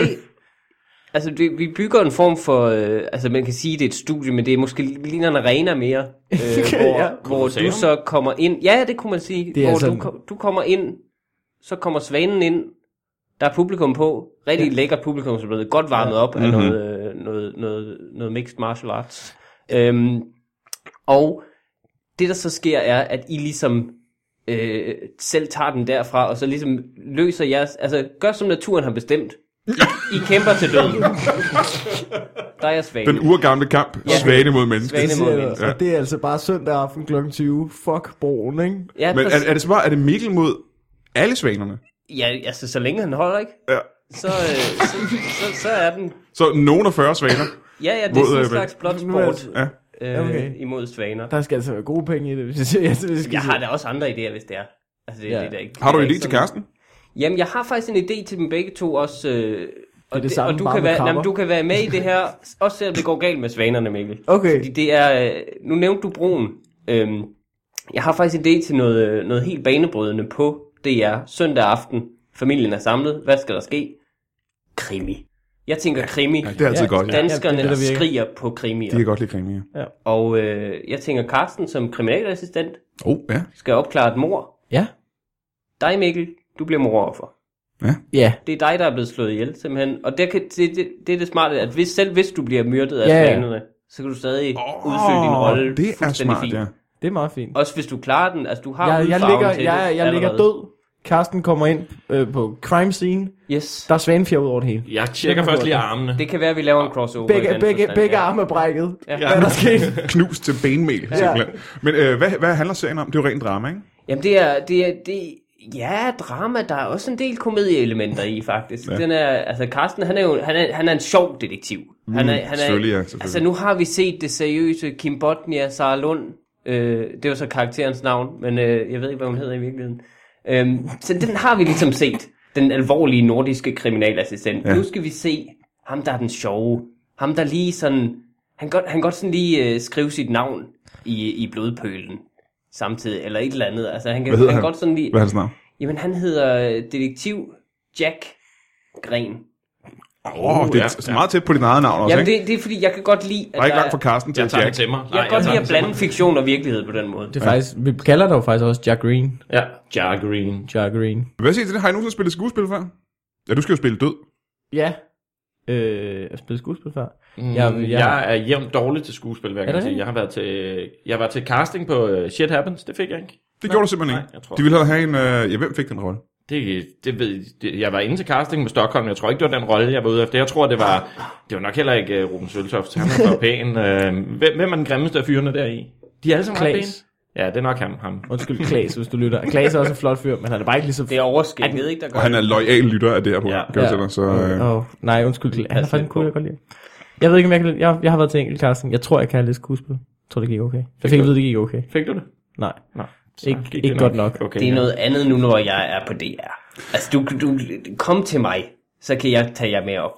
Speaker 4: Altså, det, vi bygger en form for... Øh, altså, man kan sige, det er et studie, men det er måske ligner en arena mere. Øh, hvor
Speaker 2: ja.
Speaker 4: hvor du så kommer ind... Ja, det kunne man sige.
Speaker 2: Det er altså
Speaker 4: hvor
Speaker 2: sådan-
Speaker 4: du, kom- du kommer ind, så kommer svanen ind, der er publikum på. Rigtig ja. lækkert publikum, som er blevet godt varmet op
Speaker 2: Mhm.
Speaker 4: af mm-hmm. noget, øh, noget, noget, noget mixed martial arts. Øhm, og det, der så sker, er, at I ligesom øh, selv tager den derfra, og så ligesom løser jeres... Altså, gør som naturen har bestemt. I kæmper til døden. Der er jeg svag.
Speaker 1: Den urgamle kamp, ja. svane mod menneske.
Speaker 4: Svane mod menneske.
Speaker 2: Og det er altså bare søndag aften kl. 20. Fuck broen, ikke?
Speaker 4: Ja,
Speaker 1: Men
Speaker 4: men,
Speaker 1: er, er, det så bare, er det Mikkel mod alle svanerne?
Speaker 4: ja, altså, så længe han holder, ikke?
Speaker 1: Ja.
Speaker 4: Så, øh, så, så, så er den...
Speaker 1: Så nogen af 40 svaner.
Speaker 4: Ja, ja, det
Speaker 1: Mod,
Speaker 4: er sådan
Speaker 1: øh,
Speaker 4: en slags blot
Speaker 2: nu er jeg-
Speaker 4: sport
Speaker 1: Ja.
Speaker 4: øh,
Speaker 2: okay.
Speaker 4: imod svaner.
Speaker 2: Der skal altså være gode penge i det. Hvis jeg, jeg, jeg,
Speaker 4: Jeg har da også andre idéer, hvis det er. Altså, det,
Speaker 2: Ja.
Speaker 4: ja. det, der ikke,
Speaker 1: Har du
Speaker 4: det
Speaker 1: en
Speaker 4: er
Speaker 1: idé
Speaker 4: ikke
Speaker 1: til
Speaker 4: sådan-
Speaker 1: Karsten?
Speaker 4: Jamen, jeg har faktisk en idé til dem begge to også. Øh, og,
Speaker 2: det samme,
Speaker 4: og du
Speaker 2: bare
Speaker 4: kan,
Speaker 2: med
Speaker 4: være,
Speaker 2: krabber.
Speaker 4: jamen, du kan være med i det her, *laughs* også selvom det går galt med svanerne, Mikkel.
Speaker 2: Okay.
Speaker 4: Fordi det er, øh, nu nævnte du broen. Øhm, jeg har faktisk en idé til noget, øh, noget helt banebrydende på DR søndag aften. Familien er samlet. Hvad skal der ske? Krimi. Jeg tænker krimi.
Speaker 1: Det er altid
Speaker 2: Ja.
Speaker 1: godt, ja.
Speaker 4: Danskerne
Speaker 2: Ja, det er det, der virker.
Speaker 4: skriger på
Speaker 1: De
Speaker 4: krimier.
Speaker 1: kan godt lide krimier.
Speaker 4: Og øh, jeg tænker, Carsten som kriminalassistent
Speaker 1: Åh, oh, ja.
Speaker 4: skal opklare et mor.
Speaker 2: Ja.
Speaker 4: Dig, Mikkel, du bliver moroffer.
Speaker 2: Ja.
Speaker 4: det er dig, der er blevet slået ihjel, simpelthen. Og det, kan, det, det, det er det smarte, at hvis, selv hvis du bliver myrdet af
Speaker 2: Ja, ja.
Speaker 4: svanerne, så kan du stadig udfylde din rolle
Speaker 1: det er
Speaker 4: fuldstændig
Speaker 1: smart,
Speaker 4: fint.
Speaker 1: ja.
Speaker 2: Det er meget fint.
Speaker 4: Også hvis du klarer den, altså du har
Speaker 2: Jeg, jeg,
Speaker 4: hudfarven
Speaker 2: ligger,
Speaker 4: til
Speaker 2: jeg,
Speaker 4: det
Speaker 2: jeg ligger
Speaker 4: allerede.
Speaker 2: død. Karsten kommer ind øh, på crime scene.
Speaker 4: Yes.
Speaker 2: Der er svanefjer ud over det hele.
Speaker 3: Jeg tjekker først lige armene.
Speaker 4: Det kan være, at vi laver en crossover. i
Speaker 2: Begge,
Speaker 4: den
Speaker 2: begge,
Speaker 4: forstand,
Speaker 2: begge
Speaker 4: ja.
Speaker 2: arme er brækket.
Speaker 4: Ja.
Speaker 2: Ja. Hvad er der sket?
Speaker 1: Knust til benmel, simpelthen. Men øh, hvad, hvad handler serien om? Det er jo rent drama, ikke?
Speaker 4: Jamen det er, det er, det ja, drama, der er også en del komedieelementer i faktisk. Ja. Den er, altså Carsten, han er jo, han er, han er en sjov detektiv. han er, han
Speaker 1: Mm, selvfølgelig, ja, selvfølgelig.
Speaker 4: Altså nu har vi set det seriøse Kim Botnia, Sara Lund, øh, det var så karakterens navn, men øh, jeg ved ikke, hvad hun hedder i virkeligheden. Øhm, så den har vi ligesom set, den alvorlige nordiske kriminalassistent. Ja. Nu skal vi se ham, der er den sjove. Ham, der lige sådan, han godt, han godt sådan lige øh, skrive sit navn i, i blodpølen samtidig, eller et eller andet. Altså, han kan,
Speaker 1: Hvad hedder
Speaker 4: han
Speaker 1: han?
Speaker 4: godt sådan lige...
Speaker 1: Hvad er hans navn?
Speaker 4: Jamen, han hedder øh, detektiv Jack Gren.
Speaker 1: Åh, oh, det er ja,
Speaker 3: ja.
Speaker 1: meget tæt på dit eget navn også,
Speaker 4: Jamen,
Speaker 1: ikke?
Speaker 4: det, det er fordi, jeg kan godt lide...
Speaker 1: Der er ikke langt altså,
Speaker 4: er-
Speaker 1: fra Carsten til
Speaker 3: Jeg tager
Speaker 1: Jack.
Speaker 3: det til mig. Nej,
Speaker 4: jeg kan godt
Speaker 3: tager
Speaker 4: lide
Speaker 3: det
Speaker 4: at
Speaker 3: til mig.
Speaker 4: blande fiktion og virkelighed på den måde.
Speaker 2: Det er faktisk, vi kalder det jo faktisk også Jack Green.
Speaker 3: Ja, Jar Green.
Speaker 2: Jack Green.
Speaker 1: Hvad siger I til det? Har I nogensinde spillet skuespil før? Ja, du skal jo spille død.
Speaker 2: Ja. Øh, jeg spillede skuespil før. Jeg-
Speaker 3: Mm, jeg,
Speaker 2: jeg-
Speaker 3: jeg, jeg er jævnt dårlig til skuespil, hver
Speaker 2: Er
Speaker 3: gang
Speaker 2: det
Speaker 3: jeg sige.
Speaker 2: rigtigt?
Speaker 3: Jeg har været til, jeg var til casting på øh, Shit Happens, det fik jeg ikke.
Speaker 1: Det gjorde du simpelthen
Speaker 3: nej,
Speaker 1: ikke.
Speaker 3: jeg tror-
Speaker 1: De ville hellere have en... Øh, ja, hvem fik den rolle?
Speaker 3: Det, det ved, det, jeg var inde til casting med Stockholm, jeg tror ikke, det var den rolle, jeg var ude efter. Jeg tror, det var, det var nok heller ikke uh, Ruben Søltoft, han var for
Speaker 2: *laughs*
Speaker 3: pæn. Uh, hvem, hvem er den grimmeste af fyrene deri? De er alle sammen ret pæne.
Speaker 2: Klaas.
Speaker 3: Ja, det er nok ham. ham.
Speaker 2: Undskyld, Klaas, hvis du lytter. Klaas er også en flot fyr, men han er bare ikke lige så...
Speaker 4: Det er overskægget, ikke, der
Speaker 1: Og
Speaker 4: gør
Speaker 1: han er lojal lytter af det her på. Ja.
Speaker 3: Ja.
Speaker 1: Gør ja. Til dig, så, øh,
Speaker 2: Åh, oh, nej, undskyld. Klaas. Han er
Speaker 3: Pas
Speaker 2: faktisk
Speaker 3: lidt
Speaker 2: cool,
Speaker 3: på.
Speaker 2: jeg godt lide. Jeg ved ikke, om jeg kan lide- jeg, jeg har været til enkelt casting. Jeg tror, jeg kan lidt skuespil. Jeg tror, det gik okay. Jeg fik at vide, det gik okay.
Speaker 3: Fik du det?
Speaker 2: Nej.
Speaker 3: Nej. så
Speaker 2: Ikke-
Speaker 3: gik det
Speaker 2: ikke godt nok.
Speaker 3: Okay,
Speaker 4: Det er
Speaker 3: ja.
Speaker 4: noget andet nu, når jeg er på DR. Altså, du, du, kom til mig, så kan jeg tage jer med op.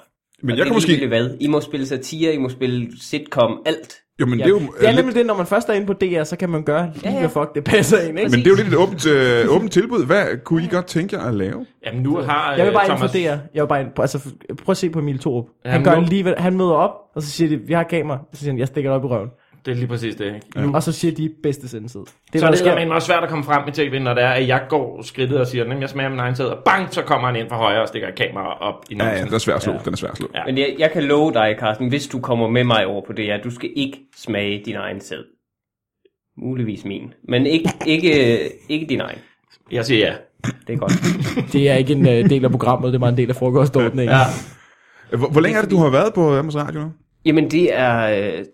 Speaker 1: men jeg
Speaker 4: Og det
Speaker 1: kan
Speaker 4: er
Speaker 1: måske...
Speaker 4: ligegyldigt Hvad. I må spille satire, I må spille sitcom, alt.
Speaker 1: Jo, men
Speaker 2: Ja.
Speaker 1: det er jo... øh,
Speaker 2: det er
Speaker 1: lidt-
Speaker 2: nemlig det, når man først er inde på DR, så kan man gøre lige,
Speaker 4: Ja, ja.
Speaker 2: hvad fuck det passer ind, ikke?
Speaker 1: Men det er jo lidt et åbent, øh, åbent tilbud. Hvad kunne I godt tænke jer at lave?
Speaker 3: Jamen, nu har
Speaker 2: Jeg vil
Speaker 3: øh,
Speaker 2: bare
Speaker 3: Thomas,
Speaker 2: inkludere. Jeg vil bare ind, altså, prøv at se på Emil Thorup. Han
Speaker 3: Jamen,
Speaker 2: gør
Speaker 3: nu-
Speaker 2: lige, hvad- han møder op, og så siger de, vi har kamera. Så siger han, jeg stikker det op i røven.
Speaker 3: Det er lige præcis det, ikke?
Speaker 2: Ja. Og så siger de, bedste sendetid. Det er,
Speaker 3: Så
Speaker 2: hvad
Speaker 3: er
Speaker 2: der
Speaker 3: det
Speaker 2: sker.
Speaker 3: eddermame også svært at komme frem i tv, når det er, at jeg går skridtet og siger, at jeg smager min egen sæd, og bang, så kommer han ind fra højre og stikker et kamera op i
Speaker 1: Ja,
Speaker 3: næsen.
Speaker 1: ja, den er svær at slå. Ja. Den er svær at slå. Ja.
Speaker 3: Ja.
Speaker 4: Men jeg, jeg kan love dig, Carsten, hvis du kommer med mig over på det her, du skal ikke smage din egen sæd. Muligvis min. Men ikke, ikke, øh, ikke din egen.
Speaker 3: Jeg siger ja.
Speaker 4: Det er godt.
Speaker 1: *laughs*
Speaker 2: Det er ikke en øh, del af programmet, det er bare en del af frokostordningen.
Speaker 3: Ja.
Speaker 1: Hvor, hvor længe er det, du har været på Amazon Radio nu?
Speaker 4: Jamen, det er øh,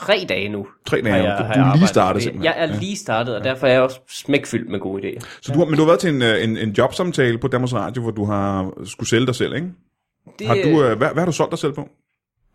Speaker 4: tre dage nu.
Speaker 1: Tre dage.
Speaker 4: har
Speaker 1: nu.
Speaker 4: jeg-
Speaker 1: Du,
Speaker 4: har
Speaker 1: du
Speaker 4: jeg
Speaker 1: er lige
Speaker 4: arbejdet
Speaker 1: startet
Speaker 4: med det.
Speaker 1: simpelthen.
Speaker 4: Jeg er lige startet, og derfor er jeg også smækfyldt med gode idéer.
Speaker 1: Så du har, men du har været til en, øh, en, en jobsamtale på Danmarks Radio, hvor du har skulle sælge dig selv, ikke?
Speaker 4: Det,
Speaker 1: Har du, øh, hvad, hvad har du solgt dig selv på?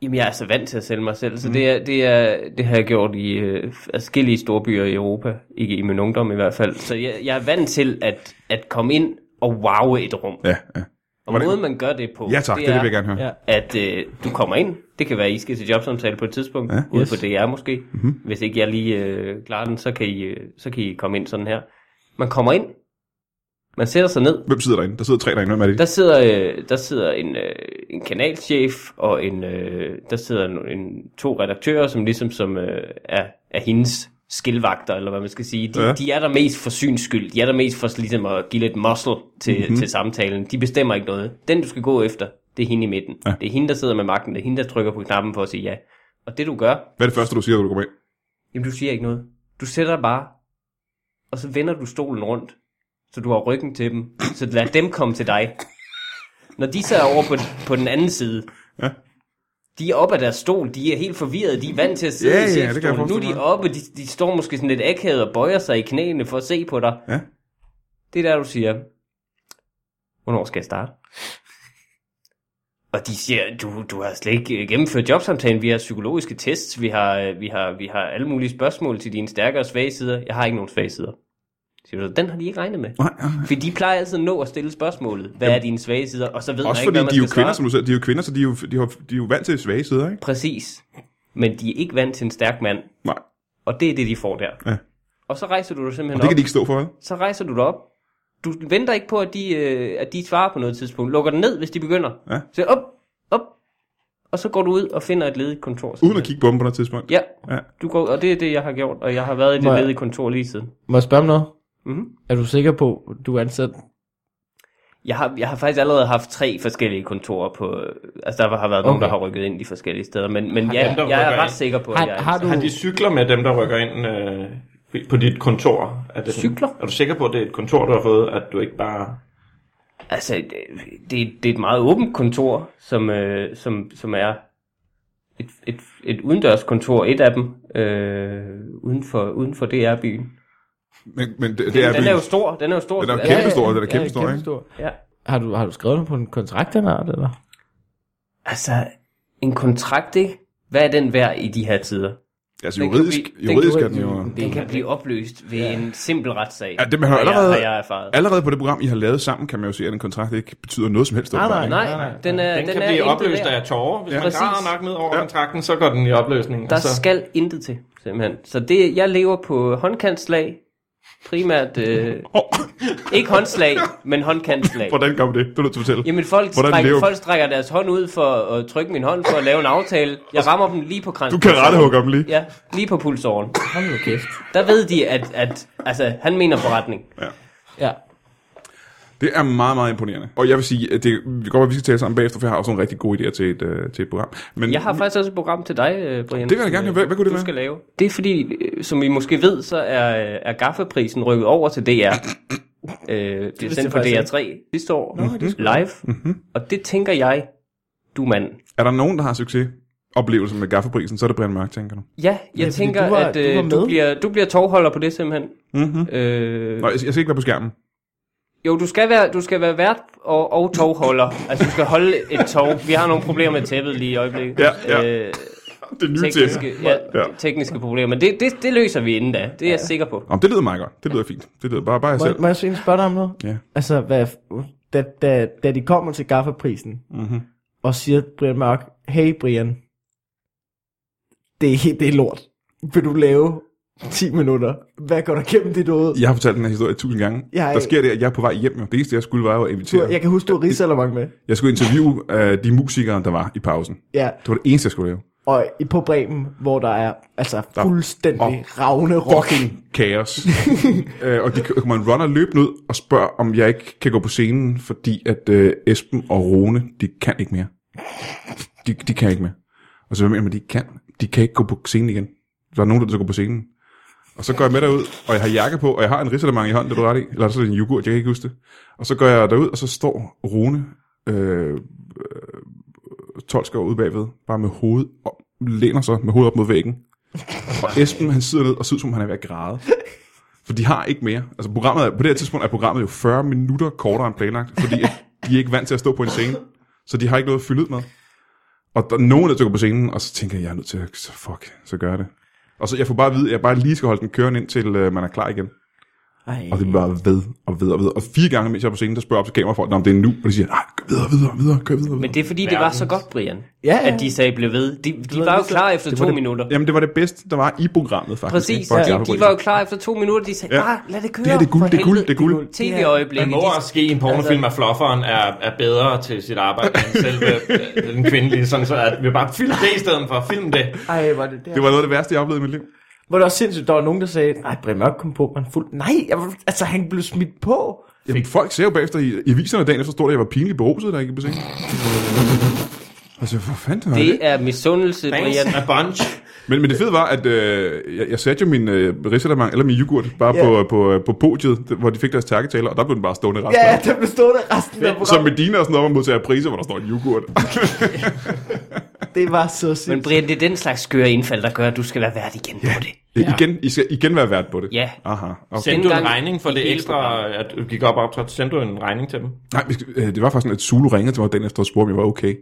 Speaker 4: Jamen, jeg er altså vant til at sælge mig selv, så mm. det, er, det, er, det har jeg gjort i øh, forskellige store byer i Europa. Ikke i min ungdom i hvert fald. Så jeg, jeg er vant til at, at komme ind og wowe et rum.
Speaker 1: Ja, ja.
Speaker 4: Og
Speaker 1: Hvordan-
Speaker 4: måden, man gør det på,
Speaker 1: ja tak, det, er, det vil jeg gerne høre.
Speaker 2: Ja.
Speaker 1: Ja.
Speaker 4: at øh, du kommer ind. Det kan være, at I skal til jobsamtale på et tidspunkt,
Speaker 1: Ja. Mhm.
Speaker 4: ja, ude
Speaker 2: Yes.
Speaker 4: yes. på DR måske. Mm-hmm. Hvis ikke jeg lige øh, klarer den, så kan, I, øh, så kan I komme ind sådan her. Man kommer ind, man sætter sig ned.
Speaker 1: Hvem sidder derinde? Der sidder tre derinde. Hvem er det?
Speaker 4: Der sidder, øh, der sidder en, øh, en kanalchef, og en, øh, der sidder en, en, to redaktører, som ligesom som, øh, er, er hendes skilvagter, eller hvad man skal sige. De,
Speaker 1: Ja.
Speaker 4: ja. de er der mest for syns skyld. De er der mest for ligesom at give lidt muscle til, mm-hmm. til samtalen. De bestemmer ikke noget. Den, du skal gå efter, det er hende i midten. Ja. Det er hende, der sidder med magten. Det er hende, der trykker på knappen for at sige ja. Og det, du gør,
Speaker 1: Hvad er det første, du siger, når du kommer ind?
Speaker 4: Jamen, du siger ikke noget. Du sætter dig bare, og så vender du stolen rundt, så du har ryggen til dem, så lad dem komme til dig. Når de så er over på, på den anden side,
Speaker 1: Ja.
Speaker 4: de er oppe af deres stol, de er helt forvirrede, de er vant til at sidde
Speaker 1: Ja,
Speaker 4: i
Speaker 1: ja, det kan jeg
Speaker 4: chefstolen. Nu er
Speaker 1: forestille
Speaker 4: de
Speaker 1: mig.
Speaker 4: oppe, de, de står måske sådan lidt akavet og bøjer sig i knæene for at se på dig.
Speaker 1: Ja.
Speaker 4: Det er der, du siger, hvornår skal jeg starte? Og de siger, du, du har slet ikke øh, gennemført jobsamtalen, vi har psykologiske tests, vi har, øh, vi har, vi har alle mulige spørgsmål til dine stærke og svage sider. Jeg har ikke nogen svage sider. Siger du, den har de ikke
Speaker 1: *laughs*
Speaker 4: regnet med.
Speaker 1: Nej, nej.
Speaker 4: For de plejer altid at nå at stille spørgsmålet, hvad er dine svage sider, og så ved
Speaker 1: Også
Speaker 4: man
Speaker 1: fordi
Speaker 4: ikke, hvad man
Speaker 1: de er jo
Speaker 4: skal
Speaker 1: kvinder,
Speaker 4: svare.
Speaker 1: som du siger. De er jo kvinder, så de er jo, de er, de er jo vant til svage sider, ikke?
Speaker 4: Præcis. Men de er ikke vant til en stærk mand,
Speaker 1: Nej.
Speaker 4: og det er det, de får der.
Speaker 1: Ja.
Speaker 4: Og så rejser du dig simpelthen
Speaker 1: Og det
Speaker 4: op.
Speaker 1: kan de ikke stå for, vel?
Speaker 4: så rejser du dig op. Du venter ikke på, at de, øh, at de svarer på noget tidspunkt. Lukker den ned, hvis de begynder.
Speaker 1: Ja.
Speaker 4: Så op, op. Og så går du ud og finder et ledigt kontor.
Speaker 1: Uden at kigge på dem på noget tidspunkt.
Speaker 4: Ja,
Speaker 1: Ja.
Speaker 4: du går, og det er det, jeg har gjort. Og jeg har været i
Speaker 2: Må
Speaker 4: det
Speaker 2: jeg-
Speaker 4: ledige kontor lige siden.
Speaker 2: Må jeg spørge om noget?
Speaker 4: Mhm.
Speaker 2: Er du sikker på, at du er ansat?
Speaker 4: Jeg har, jeg har faktisk allerede haft tre forskellige kontorer på... øh, Altså, der har været okay. nogen, der har rykket ind de forskellige steder. Men, men ja,
Speaker 3: dem, der
Speaker 4: jeg er
Speaker 3: rykker
Speaker 4: ret
Speaker 3: ind?
Speaker 4: sikker på, at
Speaker 2: Har,
Speaker 4: jeg er
Speaker 2: har du...
Speaker 3: Har de cykler med dem, der rykker ind øh, på dit kontor? Er det
Speaker 4: Cykler?
Speaker 3: Er du sikker på, at det er et kontor, du har fået, at du ikke bare...
Speaker 4: Altså, det, det, det er et meget åbent kontor, som, øh, som, som er et, et, et udendørskontor, et af dem, øh, uden for, uden for DR-byen.
Speaker 1: Men, men det, det
Speaker 4: Den,
Speaker 1: er,
Speaker 4: den er jo
Speaker 1: byen.
Speaker 4: stor, den er jo stor.
Speaker 1: Den er jo
Speaker 4: som den
Speaker 1: kæmpestor, den er kæmpestor, ikke?
Speaker 4: Ja.
Speaker 2: Har du, har du skrevet noget på en kontrakt af en art, eller?
Speaker 4: Altså, en kontrakt, ikke? Hvad er den værd i de her tider?
Speaker 1: altså
Speaker 4: den kan
Speaker 1: juridisk,
Speaker 4: blive- den
Speaker 1: juridisk
Speaker 2: kan-
Speaker 1: er den jo...
Speaker 4: Den kan blive opløst ved ja. en simpel retssag.
Speaker 1: Ja, det man har
Speaker 4: har jeg-
Speaker 1: allerede-
Speaker 4: har jeg erfaret.
Speaker 1: Allerede på det program, I har lavet sammen, kan man jo se, at en kontrakt ikke betyder noget som helst. åbenbart, ikke?
Speaker 4: Nej,
Speaker 3: Nej, nej.
Speaker 4: den er
Speaker 3: Den, den kan
Speaker 4: er
Speaker 3: blive
Speaker 4: intet
Speaker 3: opløst
Speaker 4: værd.
Speaker 3: af tårer. Hvis ja. man
Speaker 4: Præcis.
Speaker 3: græder nok ned over ja. kontrakten, så går den i opløsning.
Speaker 4: Der
Speaker 3: og
Speaker 1: Altså-
Speaker 3: så...
Speaker 4: skal intet til, simpelthen. Så det, jeg lever på håndkantslag, primært, øh,
Speaker 1: Hov,
Speaker 4: ikke håndslag, men håndkantslag.
Speaker 1: Hvordan kom det? Det er du til at fortælle.
Speaker 4: Jamen folk,
Speaker 1: Hvordan
Speaker 4: strækker,
Speaker 1: lever-
Speaker 4: folk strækker deres hånd ud for at trykke min hånd for at lave en aftale. Jeg rammer dem lige
Speaker 1: Altså,
Speaker 4: på
Speaker 1: Du
Speaker 4: kransen.
Speaker 1: kan rette hugge om lige.
Speaker 4: Ja, lige på pulsåren.
Speaker 2: Hold nu kæft.
Speaker 4: Der ved de, at, at altså, han mener forretning.
Speaker 2: Ja.
Speaker 1: Det er meget, meget imponerende. Og jeg vil sige, at det vi går, at vi skal tale sammen bagefter, for jeg har også nogle rigtig gode idéer til et, øh, til et program. Men
Speaker 4: Jeg har faktisk også et program til dig, øh, Brian.
Speaker 1: Det vil jeg gerne
Speaker 4: som,
Speaker 1: høre. Hvad- hvad kunne det
Speaker 4: du
Speaker 1: være?
Speaker 4: skal lave. Det er fordi, øh, som I måske ved, så er, øh, er gaffeprisen rykket over til DR. øh, det er
Speaker 2: jeg
Speaker 4: sendt på
Speaker 2: faktisk
Speaker 4: DR3 sidste år. live.
Speaker 1: Mhm.
Speaker 4: Og det tænker jeg, du mand.
Speaker 1: er der nogen, der har succes? oplevelsen med gaffeprisen, så er det Brian Mørk, tænker du.
Speaker 4: Ja, jeg
Speaker 2: fordi
Speaker 4: tænker,
Speaker 2: du var-
Speaker 4: at
Speaker 2: du
Speaker 4: øh,
Speaker 2: var
Speaker 4: du,
Speaker 2: med.
Speaker 4: bliver, du bliver tovholder på det simpelthen.
Speaker 1: Mm-hmm.
Speaker 4: Øh,
Speaker 1: Nå, jeg, jeg skal ikke være på skærmen.
Speaker 4: Jo, du skal være, du skal være vært og, og togholder. Altså, du skal holde et tog. Vi har nogle problemer med tæppet lige i øjeblikket.
Speaker 1: Ja, ja.
Speaker 4: Øh,
Speaker 1: Det nye
Speaker 4: tekniske, ja,
Speaker 1: Ja.
Speaker 4: tekniske problemer. Men det, det, det løser vi inden da. Det er jeg sikker på.
Speaker 1: Om det lyder meget godt. Det lyder fint. Det lyder bare, bare jeg
Speaker 2: Må,
Speaker 1: selv.
Speaker 2: må jeg så egentlig spørge dig om noget?
Speaker 1: Ja.
Speaker 2: Altså, hvad, da, da, da de kommer til gaffeprisen,
Speaker 1: Mm-hmm.
Speaker 2: og siger Brian Mørk, hey Brian, det er, helt- det er lort. Vil du lave 10 minutter? Hvad går der gennem dit hoved?
Speaker 1: Jeg har fortalt den her historie tusind gange.
Speaker 2: Jeg-
Speaker 1: Der sker det, at jeg er på vej hjem. Jo. Det eneste, jeg skulle, var jo at invitere.
Speaker 2: Du- Jeg kan huske, du har risalermang med.
Speaker 1: Jeg skulle interviewe uh, de musikere, der var i pausen.
Speaker 2: Ja,
Speaker 1: Det var det eneste, jeg skulle lave.
Speaker 2: og i- på Bremen, hvor der er altså fuldstændig ravne rock.
Speaker 1: Fucking kaos. øh, og de kommer en runner løbende ud og spørger, om jeg ikke kan gå på scenen, fordi at øh, Esben og Rune, de kan ikke mere. De, de kan ikke mere. Og så hvad mener man, de ikke kan? De kan ikke gå på scenen igen. Der er nogen, der skal gå på scenen. Og så går jeg med derud, og jeg har jakke på, og jeg har en risalemang i hånden, det er du ret i. Eller så er det en yoghurt, jeg kan ikke huske det. Og så går jeg derud, og så står Rune øh, øh, Tolsker ude bagved, bare med hovedet, og læner sig med hovedet op mod væggen. Og Esben, han sidder ned og ser ud, som om han er ved at græde. For de har ikke mere. Altså programmet er, på det her tidspunkt er programmet jo 40 minutter kortere end planlagt, fordi at de er ikke vant til at stå på en scene. Så de har ikke noget at fylde ud med. Og der er nogen, der går på scenen, og så tænker jeg, jeg er nødt til at, så fuck, så gør jeg det. Og så jeg får bare at vide, at jeg bare lige skal holde den kørende ind, til øh, man er klar igen.
Speaker 2: Ej.
Speaker 1: Og det er bare ved og ved og ved. Og fire gange, mens jeg er på scenen, der spørger jeg op til kamerafolk, om det er nu. Og de siger, nej, kør videre, videre, videre, kør videre. videre.
Speaker 4: Men det er fordi, det var så godt, Brian,
Speaker 2: Ja, ja.
Speaker 4: at de sagde, blev ved. De, de
Speaker 2: ved,
Speaker 4: var jo
Speaker 2: ligesom-
Speaker 4: klar efter to
Speaker 1: det,
Speaker 4: minutter.
Speaker 1: Jamen, det var det bedste, der var i programmet, faktisk.
Speaker 4: Præcis,
Speaker 1: ikke? For at
Speaker 4: de,
Speaker 1: klappe
Speaker 4: de
Speaker 1: på
Speaker 4: var jo
Speaker 1: det.
Speaker 4: klar efter to minutter. De sagde, "Ah,
Speaker 1: Ja.
Speaker 4: bare lad det køre.
Speaker 1: Det her, det er guld,
Speaker 4: for
Speaker 1: det er guld,
Speaker 4: helvede,
Speaker 1: det er guld."
Speaker 4: TV-øjeblikket.
Speaker 3: Man må også ske i en pornofilm,
Speaker 4: Altså-
Speaker 3: at flofferen er, er bedre til sit arbejde end selve øh, den kvindelige, sådan så at vi bare film det i stedet for film det.
Speaker 2: Ej, var det der.
Speaker 1: Det var noget af det værste, jeg oplevede i mit liv.
Speaker 2: Hvor der var sindssygt, der var nogen, der sagde, nej, Brian Mørk kom på, man fuld. Nej, jeg, var- altså han blev smidt på.
Speaker 1: Jamen, folk ser jo bagefter i, i aviserne dagen efter, stod der, at jeg var pinligt beruset, der ikke på sengen. altså, hvor fanden var det?
Speaker 4: Det er misundelse, Brian.
Speaker 3: Thanks a bunch.
Speaker 1: Men, men det fede var, at øh, jeg, jeg satte jo min øh, risalamang, eller min yoghurt, bare
Speaker 2: Ja.
Speaker 1: på, øh, på, på podiet, der- hvor de fik deres takketaler, og der blev den bare stående resten
Speaker 2: Ja,
Speaker 1: af.
Speaker 2: ja, der blev stående resten af
Speaker 1: Som
Speaker 2: programmet.
Speaker 1: med dine og sådan noget, hvor man modtager priser, hvor der står en yoghurt.
Speaker 2: Det var så sindssygt.
Speaker 4: Men Brian, det er den slags skøre indfald, der gør, at du skal være vært igen på det.
Speaker 1: ja. igen, I skal igen være vært på det.
Speaker 4: Ja.
Speaker 1: Aha, okay.
Speaker 3: Sendte du en
Speaker 4: Dengang
Speaker 3: regning for
Speaker 4: i hele
Speaker 3: det ekstra, at du gik op og optrådte? Sendte du en regning til dem?
Speaker 1: Nej, vi skal- øh, det var faktisk sådan, at Zulu ringede til mig den efter og spurgte, om jeg var okay.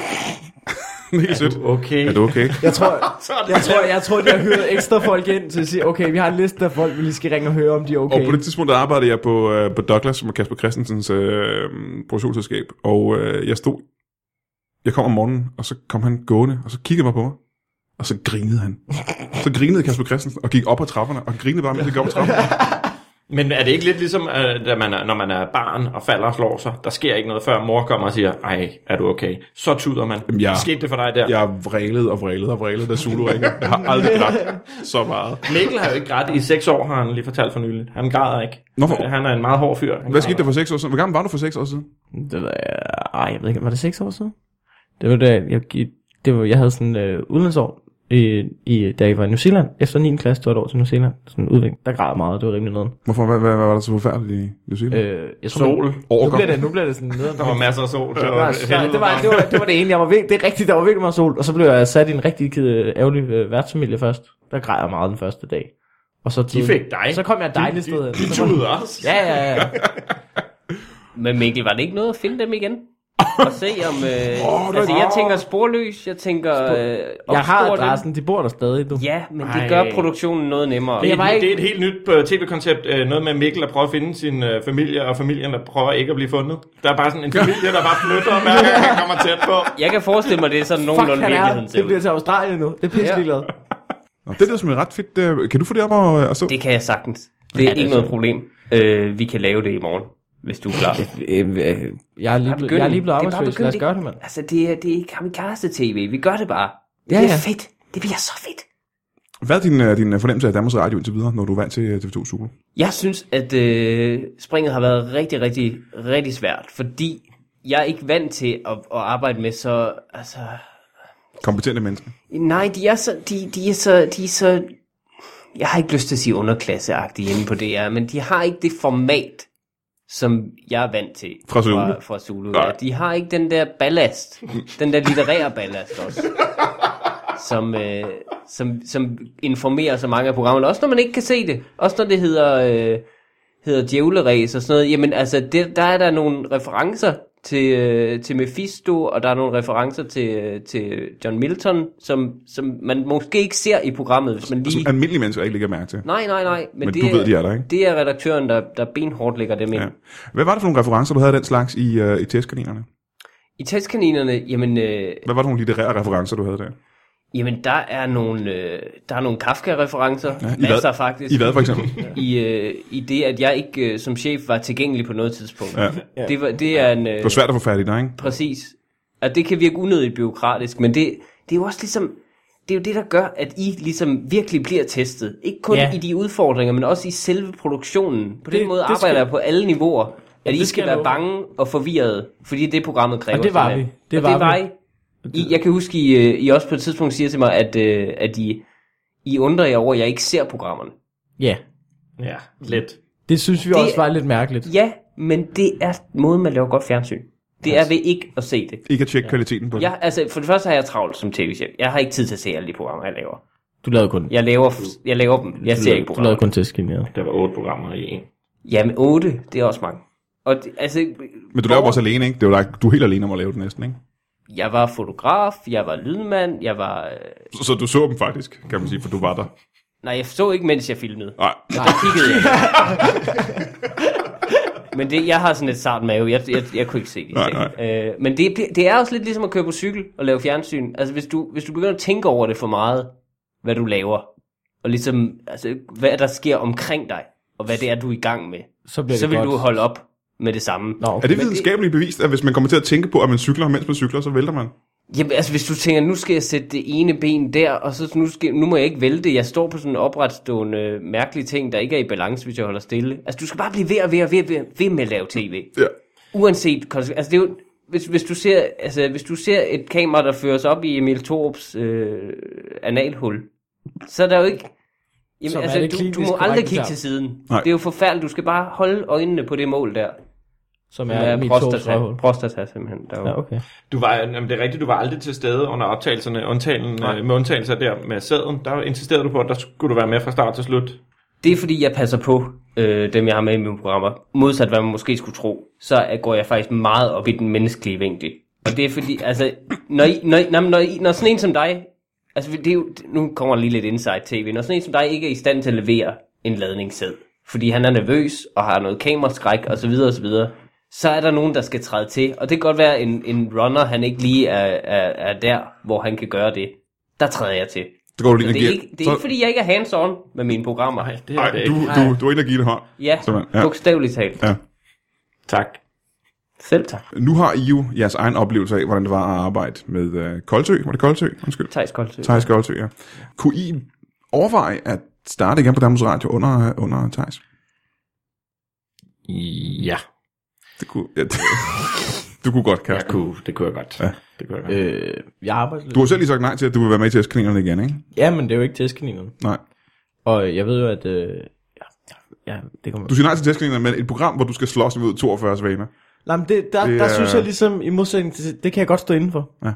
Speaker 1: *laughs* Helt sødt.
Speaker 3: Okay.
Speaker 1: Er du okay?
Speaker 2: Jeg tror,
Speaker 3: Så er det
Speaker 2: Jeg tror, jeg tror, de har hyret ekstra folk ind til at sige, okay, vi har en liste af folk, vi lige skal ringe og høre, om de er
Speaker 1: Og
Speaker 2: okay.
Speaker 1: på det tidspunkt der arbejdede jeg på, øh, på Douglas, som er Kasper Christensens øh, produktionsselskab, og øh, jeg stod, jeg kom om morgenen, og så kom han gående, og så kiggede han bare på mig, og så grinede han. Så grinede Kasper Christensen, og gik op ad trapperne, og grinede bare, mens jeg gik op ad trapperne.
Speaker 3: Men er det ikke lidt ligesom, øh, da man er, når man er barn og falder og slår sig? Der sker ikke noget, før mor kommer og siger, ej, er du okay? Så tuder man.
Speaker 1: Jamen, jeg-
Speaker 3: Skete det for dig der?
Speaker 1: Jeg vrælede og vrælede og vrælede, da Zulu ringede. Jeg har aldrig grædt så meget.
Speaker 3: Mikkel har jo ikke grædt i seks år, har han lige fortalt for nylig. Han græder ikke.
Speaker 1: Nå, for-
Speaker 3: Han er en meget hård fyr. Han
Speaker 1: Hvad skete der for seks år siden? Hvor gammel var du for seks år siden?
Speaker 2: Det var, ej, jeg ved ikke, var det seks år siden? Det var da, jeg, gik- det var, jeg havde sådan øh, udlandsår i, i, da jeg var i New Zealand. Efter 9. klasse tog jeg et år til New Zealand. Sådan en udvikling, der græd meget, det var rimelig noget.
Speaker 1: Hvorfor, hvad, hvad, hvad var der så forfærdeligt i New Zealand? Øh,
Speaker 2: Øh, jeg tror,
Speaker 3: Sol.
Speaker 2: Nu
Speaker 1: Overkom.
Speaker 2: bliver det, nu bliver det sådan noget.
Speaker 3: Der var masser af sol. Det
Speaker 2: *laughs*
Speaker 3: var,
Speaker 2: Nej, det var, det, var, det var det ene. Jeg var virkelig, det er rigtigt, der var virkelig meget sol. Og så blev jeg sat i en rigtig ked, ærgerlig øh, værtsfamilie først. Der græd jeg meget den første dag. Og så
Speaker 3: De fik dig.
Speaker 2: Så kom jeg et dejligt
Speaker 3: De-
Speaker 2: sted. hen.
Speaker 3: De
Speaker 2: Så var-
Speaker 3: tudede også.
Speaker 2: Ja, ja, ja.
Speaker 4: Men Mikkel, var det ikke noget at finde dem igen? Og se om... Øh, oh, altså, jeg tænker sporløs, jeg tænker... Øh,
Speaker 2: Jeg har
Speaker 4: opspor dem.
Speaker 2: adressen, de bor der stadig nu.
Speaker 4: Ja, men det
Speaker 3: Ej.
Speaker 4: gør produktionen noget nemmere.
Speaker 3: Det
Speaker 2: Jeg
Speaker 3: er,
Speaker 2: var
Speaker 3: et,
Speaker 2: ikke-
Speaker 3: det er et helt nyt øh, tv-koncept. øh, Noget med Mikkel, der prøver at finde sin øh, familie, og familien, der prøver ikke at blive fundet. Der er bare sådan en familie, der bare flytter, hver gang han kommer tæt på.
Speaker 4: Jeg kan forestille mig, det er sådan
Speaker 2: Fuck,
Speaker 4: nogenlunde
Speaker 2: han er.
Speaker 4: virkeligheden ser
Speaker 2: Det bliver
Speaker 4: ud.
Speaker 2: til Australien nu. Det er pisse
Speaker 4: Ja.
Speaker 2: ligeglad.
Speaker 1: Nå, det lyder som et ret fedt... Øh, kan du få det op og, og stå?
Speaker 4: Det kan jeg sagtens. Det er ikke noget problem. Øh, vi kan lave det i morgen, hvis du er klar.
Speaker 2: Øhm, øh, Jeg er lige, blevet- jeg er lige blevet
Speaker 4: Det er bare
Speaker 2: arbejdsløs. Lad os
Speaker 4: begyndt,
Speaker 2: gøre det, mand.
Speaker 4: Altså, det er, det er kamikaze-tv. Vi gør det bare. Det
Speaker 2: Ja,
Speaker 4: ja, ja.
Speaker 2: ja.
Speaker 4: er fedt. Det bliver så fedt.
Speaker 1: Hvad er din, øh, din øh, fornemmelse af Danmarks Radio indtil videre, når du er vant til øh, TV2 Zulu?
Speaker 4: Jeg synes, at øh, springet har været rigtig, rigtig, rigtig svært, fordi jeg er ikke vant til at, at arbejde med så... Altså,
Speaker 1: Kompetente mennesker.
Speaker 4: nej, de er så... De, de er så, de er så jeg har ikke lyst til at sige underklasseagtige inde på DR, men de har ikke det format, som jeg er vant til.
Speaker 1: Fra Zulu?
Speaker 4: Fra, fra Zulu ja. De har ikke den der ballast, den der litterære ballast også, som, øh, som, som informerer så mange af programmerne. Også når man ikke kan se det. Også når det hedder, øh, hedder djævleræs og sådan noget. Jamen altså, det, der er der nogle referencer til, øh, til Mephisto, og der er nogle referencer til, øh, til John Milton, som, som man måske ikke ser i programmet, hvis man lige...
Speaker 1: Som almindelige mennesker ikke lægger mærke til.
Speaker 4: Nej, nej, nej. Men,
Speaker 1: Altså, Men
Speaker 4: det
Speaker 1: du
Speaker 4: er,
Speaker 1: ved, de er der, ikke?
Speaker 4: Det er redaktøren, der, der benhårdt lægger dem
Speaker 1: Ja.
Speaker 4: ind. Ja.
Speaker 1: Hvad var det for nogle referencer, du havde af den slags i, øh, i testkaninerne?
Speaker 4: I testkaninerne, jamen, øh,
Speaker 1: Hvad var det for nogle litterære referencer, du havde der?
Speaker 4: jamen der er nogle, øh, der er nogle Kafka-referencer. Ja,
Speaker 1: I
Speaker 4: masser
Speaker 1: hvad?
Speaker 4: faktisk.
Speaker 1: I hvad for eksempel?
Speaker 4: *laughs* I, øh, I det, at jeg ikke øh, som chef var tilgængelig på noget tidspunkt.
Speaker 1: Ja.
Speaker 4: Det, var, det er en... Øh,
Speaker 1: Det var svært at få fat i dig, ikke?
Speaker 4: Præcis. Og det kan virke unødigt byråkratisk, men det, det er jo også ligesom, det er jo det, der gør, at I ligesom virkelig bliver testet. Ikke kun
Speaker 2: Ja.
Speaker 4: ja. i de udfordringer, men også i selve produktionen. På det,
Speaker 2: Det-
Speaker 4: den måde
Speaker 2: det
Speaker 4: arbejder
Speaker 2: skal-
Speaker 4: jeg på alle niveauer, at I
Speaker 2: det skal
Speaker 4: skal
Speaker 2: jeg
Speaker 4: være
Speaker 2: love.
Speaker 4: bange og forvirrede, fordi det er det, programmet kræver.
Speaker 2: Og det var
Speaker 4: simpelthen.
Speaker 2: vi. Det
Speaker 4: og
Speaker 2: var
Speaker 4: det var
Speaker 2: vi.
Speaker 4: I. I. Jeg kan huske, I, øh, I også på et tidspunkt siger til mig, at, øh, at I, I undrer jer over, at jeg ikke ser programmerne.
Speaker 2: Ja.
Speaker 3: Ja, lidt.
Speaker 2: Det synes vi
Speaker 4: Det-
Speaker 2: også var lidt mærkeligt.
Speaker 4: Ja, men det er måden, man laver godt fjernsyn. Det er ved ikke at se det.
Speaker 1: Ikke at tjekke kvaliteten på det.
Speaker 4: Jeg, altså, for det første har jeg travlt som tv-chef. Jeg har ikke tid til at se alle de programmer, jeg laver.
Speaker 2: Du lavede kun...
Speaker 4: Jeg laver, jeg laver dem. Jeg ser ikke
Speaker 2: Du lavede
Speaker 4: programmer.
Speaker 2: kun testskinneret.
Speaker 3: Der var otte programmer i en.
Speaker 4: Jamen, otte, det er også mange. Og det, altså,
Speaker 1: Men du laver dem også alene, ikke? Det var dig, du er helt alene om at lave det næsten, ikke?
Speaker 4: jeg var fotograf, jeg var lydmand, jeg var... øh,
Speaker 1: Så, så du så dem faktisk, kan man sige, for du var der.
Speaker 4: Nej, jeg så ikke, mens jeg filmede.
Speaker 1: Nej,
Speaker 4: Der kiggede jeg. Men det, jeg har sådan et sart mave, jeg, jeg, jeg kunne ikke se det.
Speaker 1: Nej, nej.
Speaker 4: Øh, men det, det er også lidt ligesom at køre på cykel og lave fjernsyn. Altså hvis du, hvis du begynder at tænke over det for meget, hvad du laver, og ligesom, altså, hvad der sker omkring dig, og hvad det er, du er i gang med,
Speaker 2: Så bliver det
Speaker 4: så vil
Speaker 2: godt.
Speaker 4: du holde op med det samme.
Speaker 2: Nå,
Speaker 1: Er
Speaker 2: okay.
Speaker 1: det videnskabeligt bevist, at hvis man kommer til at tænke på, at man cykler, mens man cykler, så vælter man?
Speaker 4: Jamen, altså hvis du tænker, nu skal jeg sætte det ene ben der, og så nu, skal, nu må jeg ikke vælte, jeg står på sådan en opretstående øh, mærkelig ting, der ikke er i balance, hvis jeg holder stille. Altså du skal bare blive ved og ved og ved, og ved, ved med at lave tv.
Speaker 1: Ja.
Speaker 4: uanset konsekvens. Altså, det er jo, hvis, hvis, du ser, altså, hvis du ser et kamera, der føres op i Emil Thorups øh, analhul, så er der jo ikke... Jamen,
Speaker 2: Som er
Speaker 4: altså,
Speaker 2: det
Speaker 4: du,
Speaker 2: klinisk
Speaker 4: du må aldrig
Speaker 2: korrekte
Speaker 4: kigge
Speaker 2: term.
Speaker 4: til siden.
Speaker 1: Nej.
Speaker 4: Det er jo forfærdeligt. Du skal bare holde øjnene på det mål der.
Speaker 2: Som
Speaker 4: Ja,
Speaker 2: er
Speaker 4: ja
Speaker 2: mit
Speaker 4: prostata,
Speaker 2: prostata.
Speaker 4: prostata simpelthen. Der
Speaker 2: Ja,
Speaker 4: ja,
Speaker 2: okay.
Speaker 3: Du var, jamen, det er rigtigt, du var aldrig til stede under optagelserne, undtagen, øh, med undtagelser der med sæden. Der insisterede du på, at der skulle du være med fra start til slut.
Speaker 4: Det er fordi, jeg passer på øh, dem, jeg har med i mine programmer. Modsat hvad man måske skulle tro, så øh, går jeg faktisk meget op i den menneskelige vinkel. Og det er fordi, altså, når, I, når, I, når, når, I, når sådan en som dig, altså det er jo, nu kommer der lige lidt inside tv, når sådan en som dig ikke er i stand til at levere en ladningssæd, fordi han er nervøs og har noget kameraskræk osv. Så, videre, og så, videre, så er der nogen, der skal træde til. Og det kan godt være, en, en runner, han ikke lige er, er, er der, hvor han kan gøre det. Der træder jeg til.
Speaker 1: Så går du lige
Speaker 4: Så
Speaker 1: ind og
Speaker 4: det er
Speaker 1: giver...
Speaker 4: ikke, det er ikke fordi, jeg ikke er hands-on med mine programmer.
Speaker 3: Nej, det er
Speaker 1: Nej,
Speaker 3: det
Speaker 1: du,
Speaker 3: ikke.
Speaker 1: du, du er inde og give det hånd.
Speaker 4: Ja,
Speaker 1: Sådan, ja.
Speaker 4: ja. bogstaveligt talt.
Speaker 1: Ja.
Speaker 3: Tak.
Speaker 4: Selv tak.
Speaker 1: Nu har I jo jeres egen oplevelse af, hvordan det var at arbejde med øh, Koldsø. Var det Koldsø? Undskyld.
Speaker 4: Thijs Koldsø.
Speaker 1: Thijs Koldsø, ja. Kunne I overveje at starte igen på Danmarks Radio under, øh, under Thijs?
Speaker 3: Ja,
Speaker 1: Det *laughs* kunne... Ja, det, du kunne godt, Karsten.
Speaker 3: kunne, det kunne jeg godt.
Speaker 1: Ja.
Speaker 2: Det gør jeg. Øh, jeg arbejder lidt.
Speaker 1: Du har selv lige sagt nej til, at du vil være med til æskelinerne igen, ikke?
Speaker 2: Ja, men det er jo ikke tæskaninerne.
Speaker 1: Nej.
Speaker 2: Og jeg ved jo, at... Øh, ja, ja, det kommer...
Speaker 1: Du siger nej til æskelinerne, men et program, hvor du skal slås imod 42 svaner.
Speaker 2: Nej, men det, der,
Speaker 1: Det
Speaker 2: det,
Speaker 1: er-
Speaker 2: der synes jeg ligesom, i modsætning til... Det kan jeg godt stå indenfor.
Speaker 1: Ja.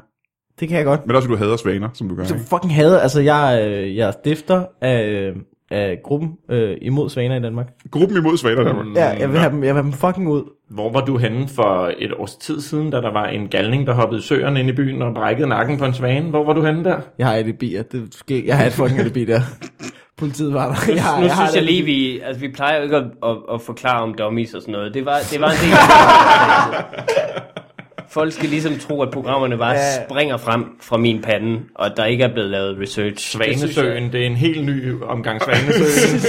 Speaker 2: Det kan jeg godt.
Speaker 1: Men også, at du hader svaner, som du gør,
Speaker 2: Jeg
Speaker 1: ikke?
Speaker 2: fucking hader, altså jeg, øh, jeg er stifter af, øh, af gruppen øh, imod svaner i Danmark.
Speaker 1: Gruppen imod svaner, der var.
Speaker 2: Ja, jeg vil, have dem, jeg vil have dem fucking ud.
Speaker 3: Hvor var du henne for et års tid siden, da der var en galning, der hoppede i søerne ind i byen og brækkede nakken på en svane? Hvor var du henne der?
Speaker 2: Jeg har alibier, det sker. Jeg har et fucking alibi der. Politiet var der. Jeg, har-
Speaker 4: nu
Speaker 2: har
Speaker 4: synes
Speaker 2: et
Speaker 4: jeg lige,
Speaker 2: alibi.
Speaker 4: vi, altså, vi plejer jo ikke at, at, at forklare om dummies og sådan noget. Det var, det var en del af Folk skal ligesom tro, at programmerne bare
Speaker 2: Ja.
Speaker 4: springer frem fra min pande, og der ikke er blevet lavet research.
Speaker 3: Svanesøen, det er en helt ny omgang Svanesøen.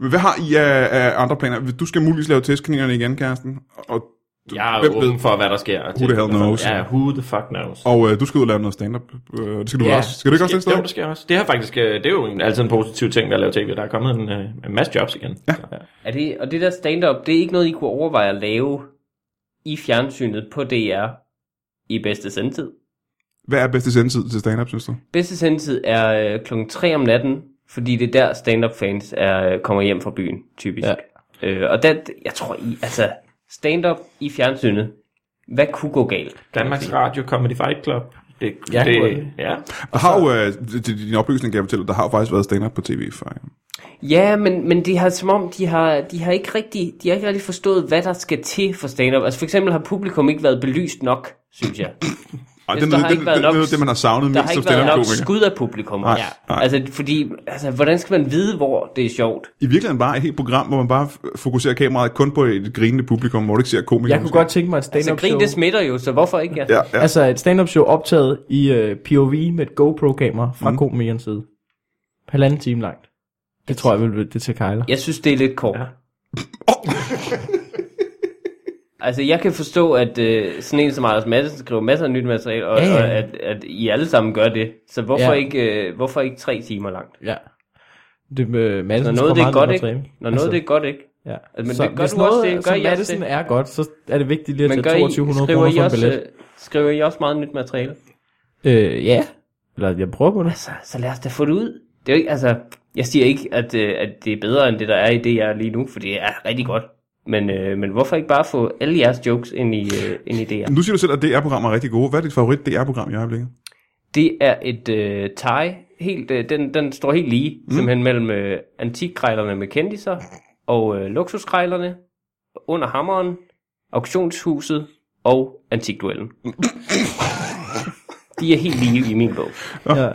Speaker 1: Men Hvad har I af, af andre planer? Du skal muligvis lave tæskelinerne igen, kæresten. Og,
Speaker 3: *laughs* Jeg er
Speaker 1: Hvem
Speaker 3: Hvem
Speaker 1: ved?
Speaker 3: åben for, hvad der sker. Who
Speaker 1: the hell knows?
Speaker 3: Ja, who the fuck knows.
Speaker 1: og øh, du skal ud og lave noget stand-up. Øh, det skal du vel
Speaker 3: Ja.
Speaker 1: også. Skal du ikke også det
Speaker 3: Jo,
Speaker 1: sted?
Speaker 3: det sker også. Det, her faktisk, øh, det er jo en, altid en positiv ting ved at lave tv. Der er kommet en, øh, en masse jobs igen. Ja.
Speaker 4: Er det, og det der stand-up, det er ikke noget, I kunne overveje at lave i fjernsynet på DR i bedste sendtid.
Speaker 1: Hvad er bedste sendetid til stand-up, synes du?
Speaker 4: Bedste sendetid er øh, klokken 3 om natten, fordi det er der stand-up fans er, øh, kommer hjem fra byen, typisk.
Speaker 2: Ja.
Speaker 4: Øh, og den, jeg tror, I, altså, stand-up i fjernsynet, hvad kunne gå galt?
Speaker 3: Danmarks Radio Comedy Fight Club. Det,
Speaker 2: Ja,
Speaker 3: det,
Speaker 2: kunne-
Speaker 3: ja.
Speaker 1: Der har jo, øh, til- til din oplysning kan jeg fortælle, der har jo faktisk været stand-up på tv før. ja.
Speaker 4: Ja, men, men det har som om, de har, de har ikke rigtig, de har ikke rigtig forstået, hvad der skal til for stand-up. Altså for eksempel har publikum ikke været belyst nok, synes
Speaker 1: *laughs*
Speaker 4: jeg.
Speaker 1: Ej,
Speaker 4: Hvis
Speaker 1: den,
Speaker 4: der
Speaker 1: den,
Speaker 4: har
Speaker 1: den,
Speaker 4: ikke været
Speaker 1: den,
Speaker 4: nok-
Speaker 1: det er jo det, man har savnet
Speaker 4: Der
Speaker 1: mest
Speaker 4: har
Speaker 1: som
Speaker 4: ikke været nok
Speaker 1: stand-up-komiker.
Speaker 4: skud af publikum.
Speaker 1: Nej, nej.
Speaker 4: Altså, fordi, altså, hvordan skal man vide, hvor det er sjovt?
Speaker 1: I virkeligheden bare et helt program, hvor man bare f- fokuserer kameraet kun på et grinende publikum, hvor du ikke ser komikere.
Speaker 2: jeg kunne godt tænke mig et
Speaker 4: Så
Speaker 2: stand-up show.
Speaker 4: Altså, grin, det smitter jo, så hvorfor *laughs* ikke?
Speaker 1: Ja, ja.
Speaker 2: Altså et stand-up show optaget i øh, POV med et GoPro-kamera fra mm. komikernes side. Halvanden time langt. Det tror jeg vel, det til Kejler.
Speaker 4: Jeg synes, det er lidt kort.
Speaker 3: Ja.
Speaker 4: Ja. *laughs* altså, jeg kan forstå, at øh, sådan en som Anders Madsen skriver masser af nyt materiale, og,
Speaker 2: Ja,
Speaker 4: ja,
Speaker 2: ja.
Speaker 4: ja. og at, at I alle sammen gør det. Så hvorfor,
Speaker 2: Ja.
Speaker 4: ja. ikke, øh, hvorfor ikke tre timer langt?
Speaker 2: Ja. Det med
Speaker 4: Når
Speaker 2: Madsen
Speaker 4: noget det er godt, ikke? Når
Speaker 2: Når
Speaker 4: noget Altså, det er godt, ikke?
Speaker 2: Altså, Ja.
Speaker 4: men
Speaker 2: så
Speaker 4: det gør
Speaker 2: hvis
Speaker 4: du
Speaker 2: noget,
Speaker 4: også, det gør
Speaker 2: som
Speaker 4: I også,
Speaker 2: Madison
Speaker 4: det.
Speaker 2: er godt, så er det vigtigt lige at
Speaker 4: Men
Speaker 2: tage
Speaker 4: gør I,
Speaker 2: 2200
Speaker 4: skriver,
Speaker 2: kroner
Speaker 4: I
Speaker 2: for en
Speaker 4: også,
Speaker 2: billet.
Speaker 4: øh, skriver I også meget nyt materiale?
Speaker 2: Øh, ja. Eller jeg prøver på det.
Speaker 4: Så, så lad os da få det ud. Det er jo ikke, altså, jeg siger ikke, at, øh, at det er bedre end det, der er i det, jeg er lige nu, for det er rigtig godt. Men, øh, men hvorfor ikke bare få alle jeres jokes ind i, øh, ind i det her?
Speaker 1: Nu siger du selv, at DR-programmer er rigtig gode. Hvad er dit favorit DR-program i øjeblikket?
Speaker 4: Det er et øh, tie. Helt, øh, den, den står helt lige, mm. simpelthen mellem øh, antikkrejlerne med kendiser og øh, luksuskrejlerne, under hammeren, auktionshuset og antikduellen. De er helt lige i min bog.
Speaker 2: Ja.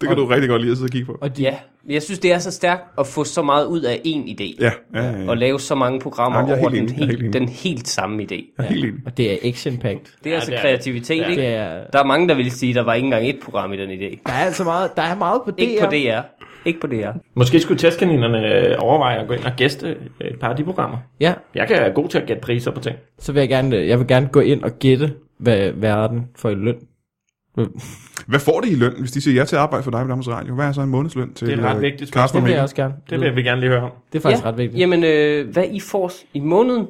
Speaker 1: Det kan du rigtig godt lide at sidde og kigge på.
Speaker 2: Og de,
Speaker 4: Ja, jeg synes, det er så stærkt at få så meget ud af én idé.
Speaker 1: Ja, ja, ja. ja.
Speaker 4: Og lave så mange programmer
Speaker 1: Jamen, jeg er
Speaker 4: Jamen, over
Speaker 1: helt enig.
Speaker 4: den
Speaker 1: Jeg er
Speaker 4: helt,
Speaker 1: helt enig.
Speaker 4: den helt samme idé.
Speaker 1: Jeg er helt enig.
Speaker 2: og det er action-packed.
Speaker 4: Det er ja, altså
Speaker 3: det er-
Speaker 4: kreativitet,
Speaker 3: ja.
Speaker 4: ikke?
Speaker 2: Det er,
Speaker 4: Der er mange, der vil sige, at der var ikke engang et program i den idé.
Speaker 2: der er altså meget, der er meget på det.
Speaker 4: Ikke på DR. Ikke på DR.
Speaker 3: Måske skulle testkaninerne øh, overveje at gå ind og gæste øh, et par af de programmer.
Speaker 2: Ja,
Speaker 3: Jeg kan være god til at gætte priser på ting.
Speaker 2: så vil jeg gerne, øh, jeg vil gerne gå ind og gætte, hvad verden får i løn.
Speaker 1: Hvad får de i løn, hvis de siger ja til at arbejde for dig på Danmarks Radio? Hvad er så en månedsløn til
Speaker 3: Det er et ret
Speaker 1: øh,
Speaker 3: vigtigt
Speaker 1: Carsten
Speaker 2: Det
Speaker 1: og
Speaker 2: vil jeg
Speaker 1: Mikkel?
Speaker 2: også gerne.
Speaker 3: Det vil vi gerne lige høre om.
Speaker 2: det er faktisk ret vigtigt.
Speaker 4: Jamen, øh, hvad I får s- i måneden?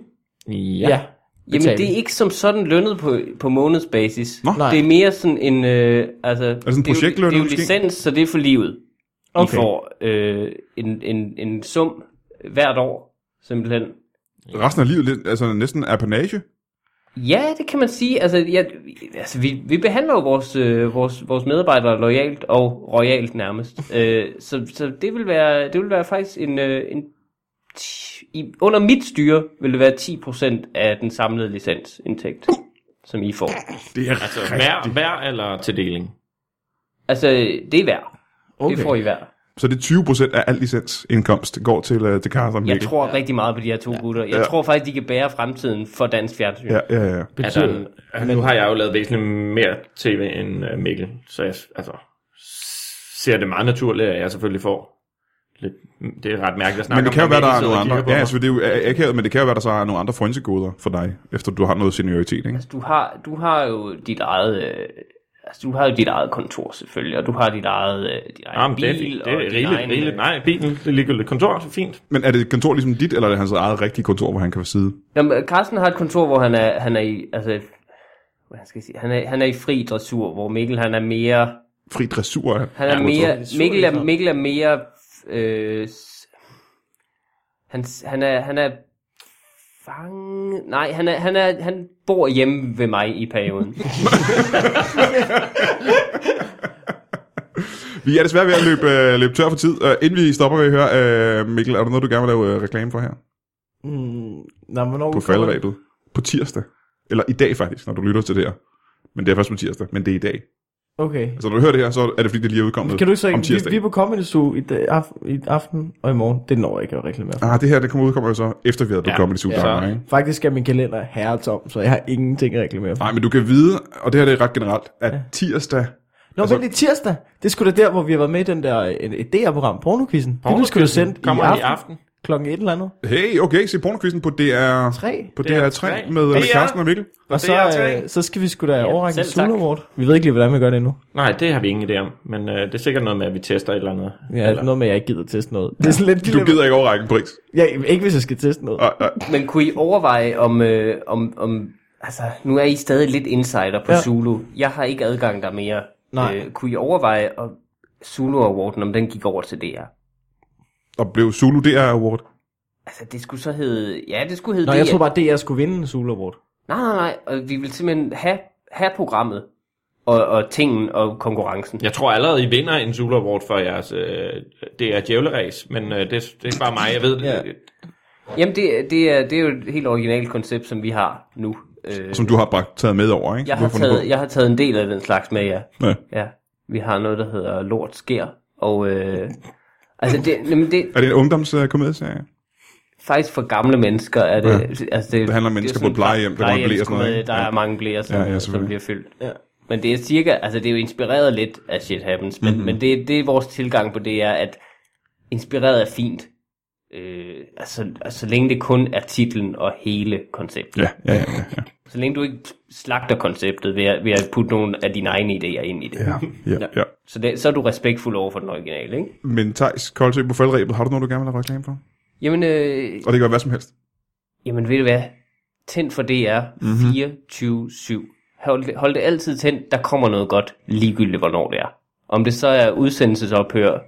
Speaker 2: Ja. ja.
Speaker 4: Jamen, det er ikke som sådan lønnet på, på månedsbasis.
Speaker 1: Nå.
Speaker 2: Nej.
Speaker 4: Det er mere sådan en... Øh, altså, er det
Speaker 1: sådan en
Speaker 4: Det er jo,
Speaker 1: projektløn,
Speaker 4: det er jo
Speaker 1: måske?
Speaker 4: licens, så det er for livet.
Speaker 2: Okay.
Speaker 4: Okay. I får øh, en, en, en sum hvert år, simpelthen.
Speaker 1: Resten af livet lidt- altså næsten er panage.
Speaker 4: Ja, det kan man sige. Altså, ja, altså vi, vi behandler jo vores, øh, vores, vores medarbejdere lojalt og royalt nærmest. øh, så, så det vil være, det vil være faktisk en, øh, en ti- i, under mit styre vil det være 10% af den samlede licensindtægt, som I får.
Speaker 1: Det er
Speaker 3: Altså hver, hver eller til deling.
Speaker 4: Altså, det er værd. Okay.
Speaker 2: Okay.
Speaker 4: Det får I værd.
Speaker 1: Så det er 20 procent af al licensindkomst går til, uh, til Carsten og
Speaker 4: Jeg
Speaker 1: Mikkel.
Speaker 4: tror rigtig meget på de her to gutter. Jeg
Speaker 1: Ja.
Speaker 4: tror faktisk, de kan bære fremtiden for dansk fjernsyn.
Speaker 1: Ja, ja, ja.
Speaker 3: Altså,
Speaker 2: Betyder,
Speaker 3: øh, nu har jeg jo lavet væsentligt mere tv end øh, Mikkel, så jeg altså, ser det meget naturligt, at jeg selvfølgelig får lidt... Det er ret mærkeligt at snakke
Speaker 1: Men det kan jo
Speaker 3: om, når
Speaker 1: være, der er nogle
Speaker 3: Mikkel sidder og
Speaker 1: andre.
Speaker 3: kigger på
Speaker 1: Ja,
Speaker 3: mig.
Speaker 1: altså, det er jo a- akavet, men det kan jo være, der så er nogle andre frynsegoder for dig, efter du har noget senioritet, ikke?
Speaker 4: Altså, Du har, du har jo dit eget... Øh, altså, du har jo dit eget kontor, selvfølgelig, og du har dit eget, øh, dit eget
Speaker 3: Ja, men
Speaker 4: bil.
Speaker 3: det er, fint. det
Speaker 4: og
Speaker 3: er
Speaker 4: din
Speaker 3: rigeligt,
Speaker 4: egen,
Speaker 3: rigeligt.
Speaker 4: øh,
Speaker 3: Nej, bilen, det er ligegyldigt. Kontor, så fint.
Speaker 1: Men er det et kontor ligesom dit, eller er det hans eget rigtige kontor, hvor han kan sidde?
Speaker 4: Jamen, Carsten har et kontor, hvor han er, han er i, altså, hvad skal jeg sige, han er, han er i fri dressur, hvor Mikkel han er mere,
Speaker 1: Fri dressur. er-
Speaker 4: han er
Speaker 1: dressur.
Speaker 4: mere,
Speaker 2: dressur,
Speaker 4: Mikkel
Speaker 2: ikke?
Speaker 4: er, Mikkel er mere, øh, s- han, han er, han er fange, nej, han er, han er, han bor hjemme ved mig i perioden.
Speaker 1: Vi er desværre ved at løbe, øh, løbe tør for tid. Øh, inden vi stopper, vil jeg høre, øh, Mikkel, er der noget, du gerne vil lave øh, reklame for her?
Speaker 2: Mm, nej, hvornår
Speaker 1: På falderæbet. På tirsdag. Eller i dag faktisk, når du lytter til det her. Men det er først på tirsdag, men det er i dag.
Speaker 2: Okay.
Speaker 1: Altså når du hører det her, så er det fordi, det lige er udkommet
Speaker 2: Kan du ikke så
Speaker 1: om
Speaker 2: ikke, vi,
Speaker 1: tirsdag.
Speaker 2: vi er på Comedy Zoo i, dag, af, i aften og i morgen. Det når jeg ikke at reklamere for.
Speaker 1: Ah, det her, det kommer udkommer jo så efter vi har ja, Comedy Zoo
Speaker 3: ja.
Speaker 1: ja, ikke?
Speaker 2: Faktisk er min kalender herretom, så jeg har ingenting at reklamere for.
Speaker 1: Nej, men du kan vide, og det her det er ret generelt, at ja. tirsdag...
Speaker 2: Nå,
Speaker 1: altså-
Speaker 2: altså, vent, det er tirsdag. Det skulle da der, hvor vi har været med i den der øh, DR-program, Pornokvisten. Det nu skulle da sendt i
Speaker 3: Kommer
Speaker 2: aften,
Speaker 3: i aften.
Speaker 2: klokken et eller andet.
Speaker 1: Hey, okay, se pornokvisten på DR...
Speaker 2: 3.
Speaker 1: På
Speaker 3: DR3
Speaker 1: DR3 med øh,
Speaker 3: DR.
Speaker 1: Carsten og Mikkel.
Speaker 2: Og så,
Speaker 3: DR3.
Speaker 2: øh, så skal vi sgu da ja, overrække en
Speaker 4: selv tak.
Speaker 2: Sula Award. Vi ved ikke lige, hvordan vi gør det endnu.
Speaker 3: Nej, det har vi ingen idé om, men øh, det er sikkert noget med, at vi tester et eller andet.
Speaker 2: Ja, eller... noget med, at jeg ikke gider teste noget. Det er sådan lidt...
Speaker 1: Du gider ikke overrække en pris.
Speaker 2: Ja, ikke hvis jeg skal teste noget.
Speaker 1: Ej, ej.
Speaker 4: Men kunne I overveje om, øh, om, om altså, nu er I stadig lidt insider på
Speaker 2: Ja.
Speaker 4: ja. Zulu. Jeg har ikke adgang der mere. Øh,
Speaker 2: Nej.
Speaker 4: kunne I overveje om Zulu Awarden, om den gik over til DR?
Speaker 1: Og blev Zulu DR Award.
Speaker 4: Altså, det skulle så hedde... Ja, det skulle hedde
Speaker 2: Nå,
Speaker 4: DR.
Speaker 2: jeg tror bare, at DR skulle vinde en Sula Award.
Speaker 4: Nej, nej, nej. Og vi vil simpelthen have, have programmet og, og tingen og konkurrencen.
Speaker 3: Jeg tror allerede, I vinder en Zulu Award for jeres... Øh, det er djævleræs, men øh, det, det er bare mig, jeg ved det.
Speaker 2: Ja.
Speaker 4: Jamen, det, det, er, det er jo et helt originalt koncept, som vi har nu. Øh,
Speaker 1: Som du har bragt, taget med over, ikke?
Speaker 4: jeg,
Speaker 1: Du har
Speaker 4: har
Speaker 1: fundet
Speaker 4: taget, jeg har taget en del af den slags med, ja.
Speaker 1: på. Ja.
Speaker 4: Ja, vi har noget, der hedder Lort Sker, og
Speaker 2: *laughs*
Speaker 4: øh, altså det, jamen det er
Speaker 1: Er det en ungdomskomedieserie?
Speaker 4: faktisk for gamle mennesker. Er det, ja. altså det,
Speaker 1: Det handler om mennesker på et plejehjem, der
Speaker 4: der,
Speaker 1: går i blæ og sådan noget, ikke?
Speaker 4: der
Speaker 1: Ja.
Speaker 4: er mange blæer, som,
Speaker 1: Ja,
Speaker 4: ja,
Speaker 1: ja,
Speaker 4: ja,
Speaker 1: selvfølgelig.
Speaker 4: som bliver fyldt.
Speaker 2: Ja.
Speaker 4: Men det er cirka, altså det er jo inspireret lidt af Shit Happens, men,
Speaker 1: Mhm.
Speaker 4: mm-hmm. men det, det er vores tilgang på det er, at inspireret er fint, øh, altså, altså så længe det kun er titlen og hele konceptet.
Speaker 1: Ja, ja, ja. ja,
Speaker 4: Så længe du ikke slagter konceptet ved at, ved at putte nogle af dine egne idéer ind i det.
Speaker 1: ja, ja, ja, ja.
Speaker 4: Så, det, så er du respektfuld over for den originale, ikke?
Speaker 1: Men Thijs Koldsø på faldrebet, har du noget, du gerne vil have reklame for?
Speaker 4: Jamen, øh,
Speaker 1: Og det kan være hvad som helst.
Speaker 4: jamen ved du hvad? Tænd for DR 24-7. Hold, det- hold det altid tændt. Der kommer noget godt, ligegyldigt hvornår det er. Om det så er udsendelsesophør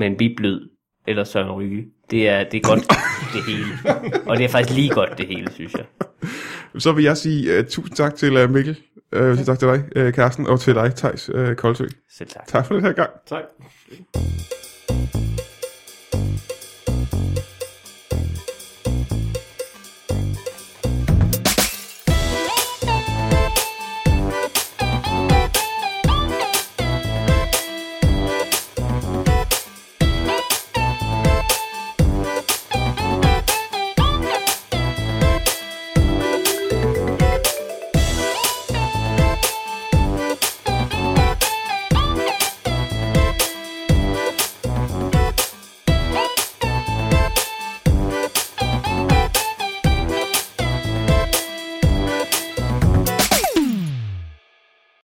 Speaker 4: med en biblyd eller Søren Ryge. Det er, det er godt det hele. Og det er faktisk lige godt det hele, synes jeg.
Speaker 1: Så vil jeg sige uh, tusind tak til uh, Mikkel, uh, ja. tak til dig, øh, uh, Carsten, og til dig, Thijs uh, Koldsø.
Speaker 4: Selv tak.
Speaker 1: Tak for den her gang.
Speaker 3: Tak.